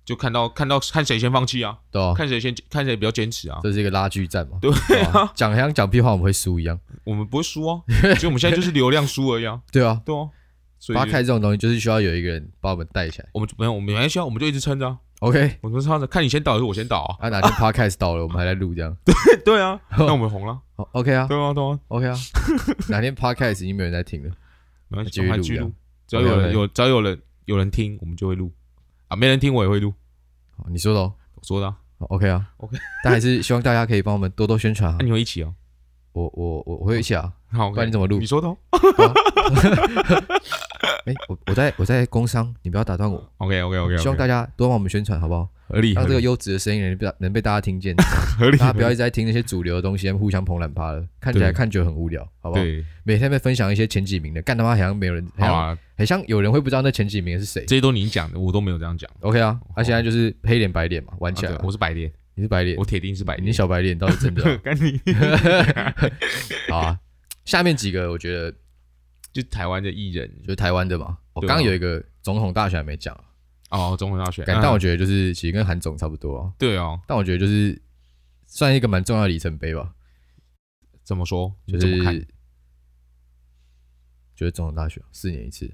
Speaker 2: 就看到看到看谁先放弃啊，
Speaker 1: 对啊，
Speaker 2: 看谁先看谁比较坚持啊。
Speaker 1: 这是一个拉锯战嘛，
Speaker 2: 对
Speaker 1: 啊，讲好像讲屁话我们会输一样，
Speaker 2: 我们不会输啊，所以我们现在就是流量输而
Speaker 1: (laughs)
Speaker 2: 已啊，
Speaker 1: 对啊，
Speaker 2: 对啊。所以
Speaker 1: 八开这种东西就是需要有一个人把我们带起来
Speaker 2: 我们就没有我们没关系啊，我们就一直撑着啊，
Speaker 1: ，OK。
Speaker 2: 我们撑着，看你先倒还是我先倒
Speaker 1: (laughs)
Speaker 2: 啊？
Speaker 1: 啊，哪天 podcast 到了，我们还在录这样。
Speaker 2: 对啊， (laughs) 那我们红了，
Speaker 1: 好 OK 啊
Speaker 2: 对啊对啊，
Speaker 1: ，OK 啊。
Speaker 2: (laughs)
Speaker 1: 哪天 podcast 已经没有人在听了，
Speaker 2: 没关
Speaker 1: 继
Speaker 2: 系，
Speaker 1: 续录啊
Speaker 2: 我们还继续
Speaker 1: 这样
Speaker 2: 录，只要有
Speaker 1: OK，OK
Speaker 2: 人有只要有人有人听，我们就会录啊，没人听我也会录，
Speaker 1: 好你说的哦
Speaker 2: 我说的啊，
Speaker 1: 好，OK 啊
Speaker 2: (laughs) OK
Speaker 1: 但还是希望大家可以帮我们多多宣传啊
Speaker 2: 那。你会一起哦，
Speaker 1: 我我我我会一起啊，
Speaker 2: 好，
Speaker 1: 不然你怎么录
Speaker 2: 你？说的哦
Speaker 1: 哎，我我在我在工商，你不要打断我。
Speaker 2: ，OK OK OK，
Speaker 1: 希望大家多帮我们宣传，好不好？
Speaker 2: 合理，
Speaker 1: 让这
Speaker 2: 合
Speaker 1: 个
Speaker 2: 理
Speaker 1: 优质的声音能被能被大家听
Speaker 2: (laughs)
Speaker 1: 见，
Speaker 2: 合理，
Speaker 1: 大家不要
Speaker 2: 合
Speaker 1: 一
Speaker 2: 理
Speaker 1: 直在听那些主流的东西，互相捧懒趴了，看起来
Speaker 2: 对
Speaker 1: 看久很无聊，好不好？
Speaker 2: 对，
Speaker 1: 每天被分享一些前几名的，干他妈好像没有人，好
Speaker 2: 好
Speaker 1: 像
Speaker 2: 啊，
Speaker 1: 好像有人会不知道那前几名是谁。
Speaker 2: 这些都你讲的，我都没有这样讲，
Speaker 1: OK 啊，他现在就是黑脸白脸嘛，玩起来
Speaker 2: 哦啊
Speaker 1: 了
Speaker 2: 对。我是白脸，
Speaker 1: 你是白脸
Speaker 2: 我，铁定是白
Speaker 1: 你
Speaker 2: 脸，
Speaker 1: 小白脸倒是真的
Speaker 2: (laughs)
Speaker 1: 啊 (laughs)
Speaker 2: 干你。
Speaker 1: 好啊。下面几个我觉得
Speaker 2: 就台湾的艺人
Speaker 1: 就是台湾的嘛，我
Speaker 2: 对啊
Speaker 1: 刚刚有一个总统大选还没讲，
Speaker 2: 哦，中文大学，
Speaker 1: 但我
Speaker 2: 嗯
Speaker 1: 觉得就是其实跟韩总差不多啊，
Speaker 2: 对哦，
Speaker 1: 但我觉得就是算一个蛮重要的里程碑吧，
Speaker 2: 怎么说？
Speaker 1: 就
Speaker 2: 怎么看
Speaker 1: 是就是总统大选四年一
Speaker 2: (laughs)
Speaker 1: 次，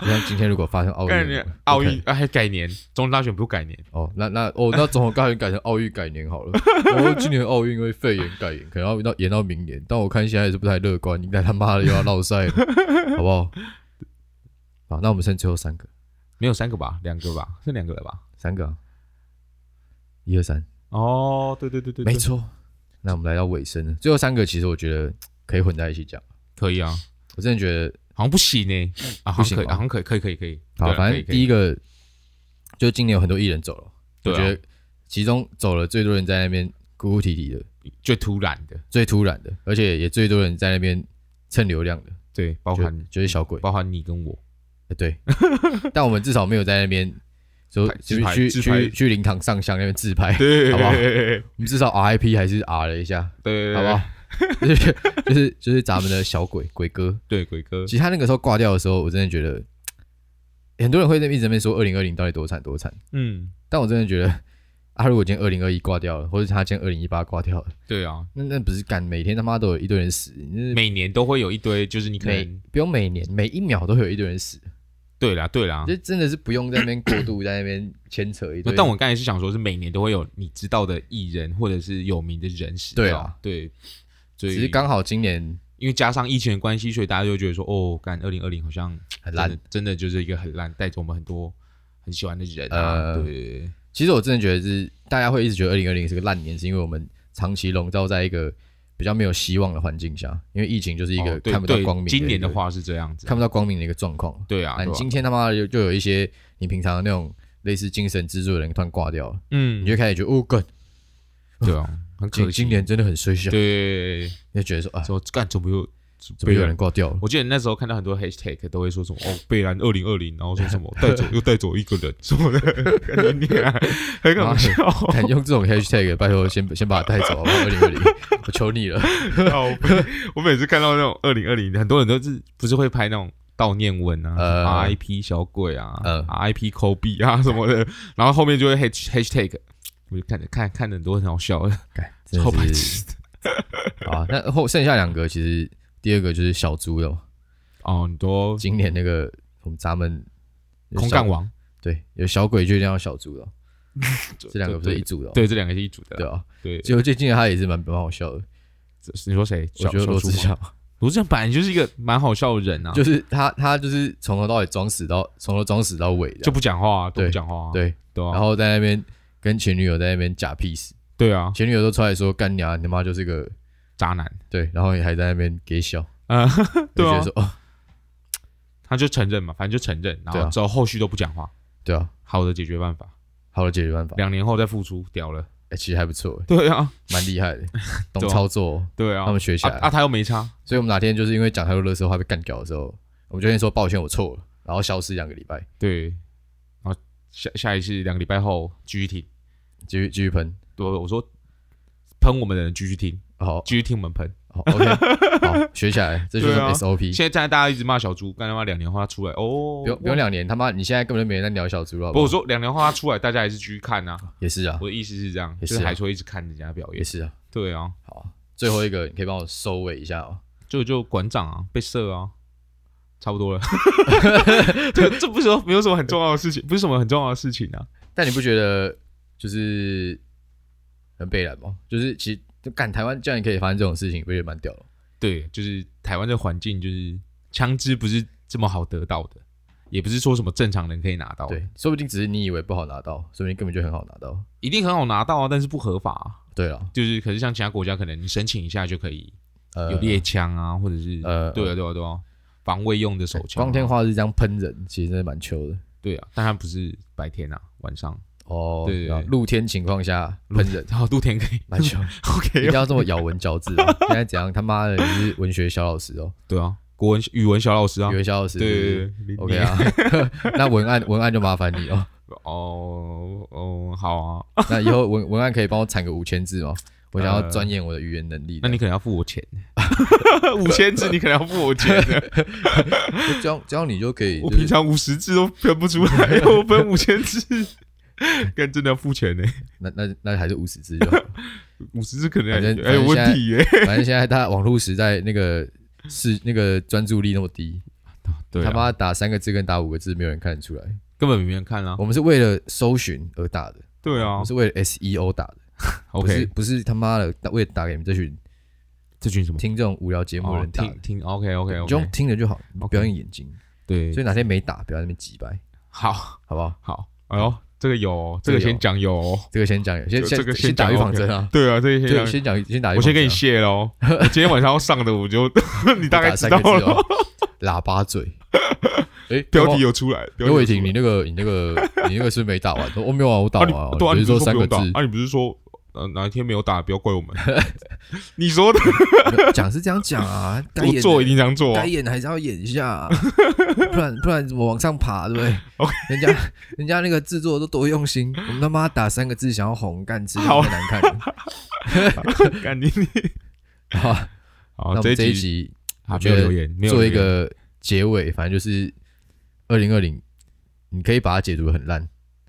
Speaker 1: 就像今天如果发生奥
Speaker 2: 概
Speaker 1: 运
Speaker 2: 念，奥运
Speaker 1: 哦 OK
Speaker 2: 啊还改年，中文大学不是改年，
Speaker 1: 哦，那那哦那总统大选改成奥运改年好了，我今年奥运因为肺炎改延，可能要到延到明年，但我看现在也是不太乐观，应该他妈的又要闹赛了，好不好？好，那我们剩最后三个，
Speaker 2: 没有三个吧？两个吧？剩两个了吧？
Speaker 1: 三个、啊，一二三，
Speaker 2: 哦，对对对对，对
Speaker 1: 没，错。那我们来到尾声了，最后三个其实我觉得可以混在一起讲，
Speaker 2: 可以啊，
Speaker 1: 我真的觉得
Speaker 2: 好像不行呢、啊，好像
Speaker 1: 不
Speaker 2: 可以，
Speaker 1: 行吗
Speaker 2: 好像可以，可以，可以，可以。
Speaker 1: 好，
Speaker 2: 对啊
Speaker 1: 反
Speaker 2: 可以
Speaker 1: 正
Speaker 2: 可以
Speaker 1: 第一个就今年有很多艺人走了，
Speaker 2: 对
Speaker 1: 我
Speaker 2: 啊
Speaker 1: 觉得其中走了最多人在那边哭哭啼啼的，
Speaker 2: 最突然的，
Speaker 1: 最突然的，而且也最多人在那边蹭流量的，
Speaker 2: 对，包
Speaker 1: 就
Speaker 2: 含
Speaker 1: 就是小鬼，
Speaker 2: 包含你跟我，
Speaker 1: 呃对， (laughs) 但我们至少没有在那边说
Speaker 2: 拍自
Speaker 1: 去
Speaker 2: 拍
Speaker 1: 去
Speaker 2: 自拍
Speaker 1: 去去灵堂上香那边自拍，
Speaker 2: 对
Speaker 1: 好
Speaker 2: 好
Speaker 1: 不 (laughs) 好
Speaker 2: 不好？对
Speaker 1: 我们至少 RIP 还是 R 了一下，
Speaker 2: 对，
Speaker 1: 好不好？ (laughs) 就是就是就是咱们的小鬼鬼哥，
Speaker 2: 对，鬼哥
Speaker 1: 其，实他那个时候挂掉的时候，我真的觉得很多人会在一直在那边说二零二零到底多惨多惨，
Speaker 2: 嗯，
Speaker 1: 但我真的觉得，啊，如果今天二零二一挂掉了，或者他今天二零一八挂掉了，
Speaker 2: 对啊，
Speaker 1: 那那不是干每天他妈都有一堆人死，你
Speaker 2: 每年都会有一堆，就是你
Speaker 1: 那
Speaker 2: 可
Speaker 1: 每
Speaker 2: 能，
Speaker 1: 不用每年每一秒都会有一堆人死，
Speaker 2: 对啦，对啦
Speaker 1: 这、。真的是不用在那边过度在那边牵扯一堆。
Speaker 2: 啊但我刚才是想说，是每年都会有你知道的艺人或者是有名的人死
Speaker 1: 对
Speaker 2: 掉
Speaker 1: 啊，
Speaker 2: 对，所
Speaker 1: 只
Speaker 2: 以
Speaker 1: 是刚好今年
Speaker 2: 因为加上疫情的关系，所以大家就会觉得说，哦，干二零二零好像
Speaker 1: 很烂
Speaker 2: 真的，真的就是一个很烂，带走我们很多很喜欢的人啊，
Speaker 1: 呃
Speaker 2: 对对对，
Speaker 1: 其实我真的觉得是大家会一直觉得二零二零是个烂年，是因为我们长期笼罩在一个比较没有希望的环境下，因为疫情就是一
Speaker 2: 哦
Speaker 1: 个
Speaker 2: 对
Speaker 1: 看不到
Speaker 2: 对
Speaker 1: 光明一个、
Speaker 2: 今年的话是这样子，
Speaker 1: 看不到光明的一个状况。
Speaker 2: 对啊，
Speaker 1: 啊，你
Speaker 2: 对啊
Speaker 1: 今天他妈的就就有一些你平常的那种类似精神支柱的人突然挂掉了，
Speaker 2: 嗯
Speaker 1: 你，就开始觉得哦，干
Speaker 2: 对啊，很
Speaker 1: 今
Speaker 2: 可惜。
Speaker 1: 今年真的很衰小，你
Speaker 2: 对，
Speaker 1: 就觉得说啊，
Speaker 2: 说干怎么又
Speaker 1: 怎么有人？挂掉了？
Speaker 2: 我记得你那时候看到很多 hashtag 都会说什么哦，贝兰二零二零，然后说
Speaker 1: (laughs)
Speaker 2: 什么带走又带走一个人什么的， (laughs) 干你娘很搞笑，
Speaker 1: 敢用这种 hashtag，拜托先先把它带走好不好？二零二
Speaker 2: (laughs)
Speaker 1: 零，我求你了。
Speaker 2: 靠背哦我每次看到那种二零二零，很多人都是不是会拍那种悼念文啊、
Speaker 1: 呃
Speaker 2: RIP 小鬼啊、
Speaker 1: 呃
Speaker 2: RIP 抠鼻啊什么的，然后后面就会 hash hashtag，我就看着看看着很多很好笑的，
Speaker 1: 干真
Speaker 2: (laughs) 超白
Speaker 1: 的是
Speaker 2: 痴的。
Speaker 1: 好啊！那后剩下两个，其实第二个就是小猪了嘛，
Speaker 2: 哦，很多
Speaker 1: 今年那个我们咱们有
Speaker 2: 空
Speaker 1: 小
Speaker 2: 干王，
Speaker 1: 对有小鬼就一定要小猪了，这两个不是
Speaker 2: 对
Speaker 1: 一组的哦，
Speaker 2: 对这两个是一组的
Speaker 1: 对，啊。
Speaker 2: 对，
Speaker 1: 结果最近他也是蛮蛮好笑的，
Speaker 2: 这你说谁？
Speaker 1: 我觉得罗志
Speaker 2: 祥，
Speaker 1: 祥。
Speaker 2: 罗志祥本来就是一个蛮好笑的人啊，就
Speaker 1: 就是他，他就是从头到尾装死到从头装死到尾这
Speaker 2: 就
Speaker 1: 样，
Speaker 2: 不讲话啊，都
Speaker 1: 对
Speaker 2: 不讲话啊，
Speaker 1: 对，
Speaker 2: 对啊，
Speaker 1: 然后在那边跟前女友在那边假 peace，
Speaker 2: 对啊，
Speaker 1: 前女友都出来说干娘，你他妈就是个
Speaker 2: 渣男
Speaker 1: 对，然后也还在那边给笑，
Speaker 2: 啊，对
Speaker 1: 我 (laughs) 就觉
Speaker 2: 啊
Speaker 1: 得，说哦，
Speaker 2: 他就承认嘛，反正就承认，然
Speaker 1: 对
Speaker 2: 后
Speaker 1: 啊
Speaker 2: 之后后续都不讲话，
Speaker 1: 对啊，
Speaker 2: 好的解决办法，
Speaker 1: 好的解决办法，
Speaker 2: 两年后再复出，屌了，
Speaker 1: 哎，其实还不错，
Speaker 2: 对啊，
Speaker 1: 蛮厉
Speaker 2: (laughs)
Speaker 1: 害的，懂
Speaker 2: 对啊
Speaker 1: 操作，
Speaker 2: 对啊，
Speaker 1: 他们学起
Speaker 2: 啊
Speaker 1: 来
Speaker 2: 啊，，他又没差，
Speaker 1: 所以我们哪天就是因为讲太多乐色话被干掉的时候，我们就先说抱歉，我错了，然后消失两个礼拜，
Speaker 2: 对，然后下下一次两个礼拜后继续听，
Speaker 1: 继续继续喷，
Speaker 2: 我我说喷我们的人继续听，
Speaker 1: 好，
Speaker 2: 继续听我们喷，
Speaker 1: 好，OK，好，
Speaker 2: (laughs)
Speaker 1: 学起来，这就是
Speaker 2: 对啊
Speaker 1: SOP。
Speaker 2: 现在大家一直骂小猪，干他妈两年后他出来哦，
Speaker 1: 不用不用两年，他妈你现在根本就没人在聊小猪了好
Speaker 2: 不，
Speaker 1: 不
Speaker 2: 我
Speaker 1: 好，
Speaker 2: 说两年后他出来，大家还是继续看啊。
Speaker 1: 也是啊，
Speaker 2: 我的意思是这样，
Speaker 1: 也
Speaker 2: 就是是
Speaker 1: 啊
Speaker 2: 还是会一直看人家表
Speaker 1: 也
Speaker 2: 演。
Speaker 1: 是啊，
Speaker 2: 对啊，
Speaker 1: 好，最后一个你可以帮我收尾一下哦。
Speaker 2: 就就馆长啊，被射啊，差不多
Speaker 1: (laughs)
Speaker 2: 了。 (laughs) 这这不是说没有什么很重要的事情，不是什么很重要的事情啊。
Speaker 1: 但你不觉得就是很悲然吗？就是其实就干台湾竟然可以发生这种事情，不觉得蛮屌的？
Speaker 2: 对，就是台湾的环境，就是枪支不是这么好得到的，也不是说什么正常人可以拿到。，
Speaker 1: 对，说不定只是你以为不好拿到，说不定根本就很好拿到。
Speaker 2: 一定很好拿到啊，但是不合法、啊。
Speaker 1: 对了，
Speaker 2: 就是可是像其他国家，可能你申请一下就可以
Speaker 1: 呃，
Speaker 2: 有猎枪啊，或者是
Speaker 1: 呃
Speaker 2: 对啊对啊对啊，防卫用的手枪啊、
Speaker 1: 光天化日这样喷人，其实真的蛮糗的。
Speaker 2: 对啊，但它不是白天啊，晚上
Speaker 1: 哦，
Speaker 2: 对
Speaker 1: 然后露天情况下喷人，
Speaker 2: 然后 (laughs) 露天可以
Speaker 1: 蛮糗。一
Speaker 2: OK
Speaker 1: 定要这么咬文嚼字啊！现在怎样？他妈的，你是文学小老师哦，
Speaker 2: 对啊，国文语文小老师啊
Speaker 1: 语，文小老师。
Speaker 2: 对对对你
Speaker 1: OK
Speaker 2: (laughs)
Speaker 1: 啊， (laughs) 那文案文案就麻烦你哦。
Speaker 2: 你哦哦好啊，
Speaker 1: 那以后文文案可以帮我产个五千字吗？我想要
Speaker 2: 呃
Speaker 1: 钻研我的语言能力的。
Speaker 2: (laughs) 那你可能要付
Speaker 1: (laughs)
Speaker 2: 我钱，五千字你可能要付我钱的，
Speaker 1: 就这样这样你就可以、
Speaker 2: 我
Speaker 1: 就是
Speaker 2: 平常五十字都分不出来，我分五千字，干真的要付钱呢，
Speaker 1: 那那那还是五十
Speaker 2: (laughs)
Speaker 1: 字就好了。
Speaker 2: 五十字可能
Speaker 1: 反正
Speaker 2: 还还有
Speaker 1: 反正
Speaker 2: 问题耶，
Speaker 1: 反正现在大家网络时代那个是那个专注力那么低，
Speaker 2: 对
Speaker 1: 他
Speaker 2: 啊，
Speaker 1: 妈打三个字跟打五个字没有人看得出来。
Speaker 2: 根本没人看啊，
Speaker 1: 我们是为了搜寻而打的，
Speaker 2: 对
Speaker 1: 我
Speaker 2: 啊
Speaker 1: 们是为了 SEO 打的不是
Speaker 2: ，OK，
Speaker 1: 不是他妈的为了打给你们这群
Speaker 2: 这群什么
Speaker 1: 听这种无聊节目的
Speaker 2: 哦
Speaker 1: 人打的
Speaker 2: 听听 OK OK
Speaker 1: 你就
Speaker 2: OK，
Speaker 1: 用听着就好，你
Speaker 2: OK
Speaker 1: 不要用眼睛。
Speaker 2: 对
Speaker 1: 所，以哪天没打，不要在那边急掰，
Speaker 2: 好
Speaker 1: 好不好？
Speaker 2: 好，哎呦，这个有哦，这个
Speaker 1: 这个有
Speaker 2: 先讲有哦，
Speaker 1: 这个先讲，先
Speaker 2: 这
Speaker 1: 先
Speaker 2: 这个
Speaker 1: 先
Speaker 2: 先
Speaker 1: 打
Speaker 2: 讲
Speaker 1: 预防
Speaker 2: OK
Speaker 1: 针啊，
Speaker 2: 对啊，这个先
Speaker 1: 对，
Speaker 2: 讲，
Speaker 1: 先讲先打预防针啊。
Speaker 2: 我先给你谢喽，我今天晚上要上的我就你大概
Speaker 1: 打
Speaker 2: 知
Speaker 1: 三
Speaker 2: 道
Speaker 1: 个字
Speaker 2: 了
Speaker 1: 哦，，喇叭嘴。
Speaker 2: (laughs)
Speaker 1: 哎，
Speaker 2: 标题
Speaker 1: 有
Speaker 2: 有出来，标
Speaker 1: 刘伟
Speaker 2: 题有
Speaker 1: 霆，
Speaker 2: 出
Speaker 1: 你那
Speaker 2: 来
Speaker 1: 个你那个 (laughs) 你那个是没打完，我没有啊，我打
Speaker 2: 啊
Speaker 1: 完
Speaker 2: 你
Speaker 1: 啊，
Speaker 2: 对啊，
Speaker 1: 只
Speaker 2: 你
Speaker 1: 是说
Speaker 2: 不是说
Speaker 1: 三
Speaker 2: 不
Speaker 1: 个
Speaker 2: 用
Speaker 1: 字
Speaker 2: 打，啊，你不是说呃哪一天没有打，不要怪我们，你说的，
Speaker 1: (laughs) 讲是这样讲
Speaker 2: (laughs)
Speaker 1: 啊，该
Speaker 2: 我
Speaker 1: 演
Speaker 2: 做
Speaker 1: 的
Speaker 2: 一定这样做啊
Speaker 1: 该，演的还是要演一下啊， (laughs) 不然不然怎么往上爬，对不对
Speaker 2: (laughs) OK
Speaker 1: 人家人家那个制作都多用心，我们他妈打三个字想要红干，吃
Speaker 2: 好
Speaker 1: 太难看了。
Speaker 2: (laughs) 干你你，
Speaker 1: 好，啊那
Speaker 2: 好，
Speaker 1: 我们这
Speaker 2: 一
Speaker 1: 一集我
Speaker 2: 啊没
Speaker 1: 觉
Speaker 2: 有
Speaker 1: 得
Speaker 2: 留言，没有
Speaker 1: 做一
Speaker 2: 留言
Speaker 1: 个结尾，反正就是二零二零，你可以把它解读得很烂，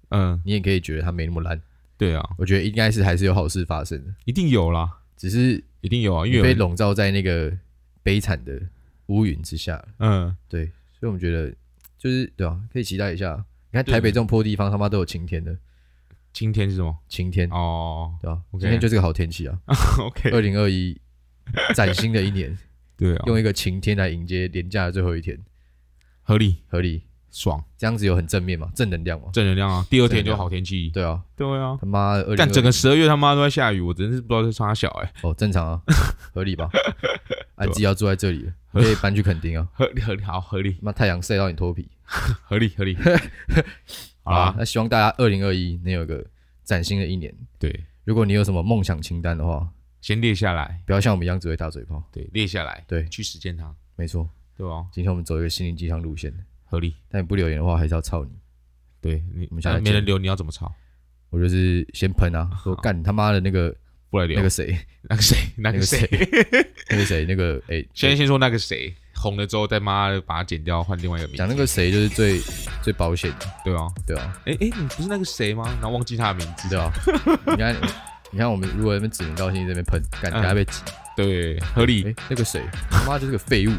Speaker 2: 嗯，
Speaker 1: 你也可以觉得它没那么烂。
Speaker 2: 对啊，
Speaker 1: 我觉得应该是还是有好事发生的，
Speaker 2: 一定有啦，
Speaker 1: 只是
Speaker 2: 一定有啊，因
Speaker 1: 你
Speaker 2: 为有
Speaker 1: 被
Speaker 2: 人
Speaker 1: 笼罩在那个悲惨的乌云之下。
Speaker 2: 嗯，
Speaker 1: 对，所以我们觉得就是对啊，可以期待一下。你看
Speaker 2: 对
Speaker 1: 台北这种破地方，他妈都有晴天的，
Speaker 2: 今天是什么？
Speaker 1: 晴天，
Speaker 2: 哦 (laughs)
Speaker 1: 对吧？
Speaker 2: OK
Speaker 1: 今天就是个好天气
Speaker 2: (laughs)
Speaker 1: 啊！
Speaker 2: ，OK，
Speaker 1: 二零二一崭新的一
Speaker 2: (laughs)
Speaker 1: 年，
Speaker 2: 对啊，
Speaker 1: 用一个晴天来迎接年假的最后一天，
Speaker 2: 合理
Speaker 1: 合理。
Speaker 2: 爽，
Speaker 1: 这样子有很正面嘛，正能量嘛。
Speaker 2: 正能量啊，第二
Speaker 1: 正能
Speaker 2: 天就
Speaker 1: 量
Speaker 2: 好天气，
Speaker 1: 对啊，
Speaker 2: 对啊。
Speaker 1: 他妈的，
Speaker 2: 干整
Speaker 1: 个
Speaker 2: 个十二月他妈都在下雨，我真是不知道在差小哎、 (laughs)
Speaker 1: 哦，正常啊，合理吧？啊，你
Speaker 2: 对啊
Speaker 1: 自己要住在这里了，你可以搬去垦丁啊。
Speaker 2: 合理合理好合理
Speaker 1: 妈太阳晒到你脱皮。
Speaker 2: 合理
Speaker 1: (laughs)
Speaker 2: 合理，好
Speaker 1: 啊！
Speaker 2: 啦，
Speaker 1: 那希望大家二零二一能有个崭新的一年。
Speaker 2: 对，
Speaker 1: 如果你有什么梦想清单的话，
Speaker 2: 先列下来，
Speaker 1: 不要像我们一样只会打嘴炮。
Speaker 2: 对，列下来，
Speaker 1: 对
Speaker 2: 去实践它，
Speaker 1: 没错，
Speaker 2: 对吧、
Speaker 1: 今天我们走一个心灵鸡汤路线，
Speaker 2: 合理，
Speaker 1: 但你不留言的话，还是要操你。
Speaker 2: 对你
Speaker 1: 我们下来
Speaker 2: 啊没人
Speaker 1: 见
Speaker 2: 留，你要怎么抄？
Speaker 1: 我就是先喷啊，说干你他妈的那个
Speaker 2: 不来
Speaker 1: 那
Speaker 2: 留
Speaker 1: 个谁，
Speaker 2: 那个谁那
Speaker 1: 那
Speaker 2: 个
Speaker 1: 个
Speaker 2: 谁，
Speaker 1: 那个谁，那个哎，
Speaker 2: (laughs) 先先说那个谁红了之后，再妈的把它剪掉，换另外一个名字
Speaker 1: 讲，那个谁就是最 (laughs) 最保险的，
Speaker 2: 对啊，
Speaker 1: 对啊，
Speaker 2: 哎哎，诶你不是那个谁吗？然后忘记他的名字，
Speaker 1: 对啊。你看，你看我们如果那边指名道姓这边喷，干等下被挤。
Speaker 2: 对，合理，
Speaker 1: 哎，那个谁，他妈就是个废物。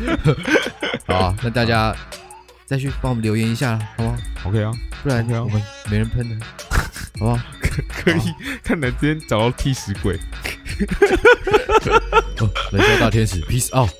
Speaker 1: (laughs) 好啊，那大家再去帮我们留言一下，好不好？
Speaker 2: OK (laughs) 啊，
Speaker 1: 不然
Speaker 2: OK 啊
Speaker 1: 我们没人喷 (laughs) 的，好不好？
Speaker 2: 可以，看能今天找到替死鬼。
Speaker 1: 哦冷笑大天使，peace out。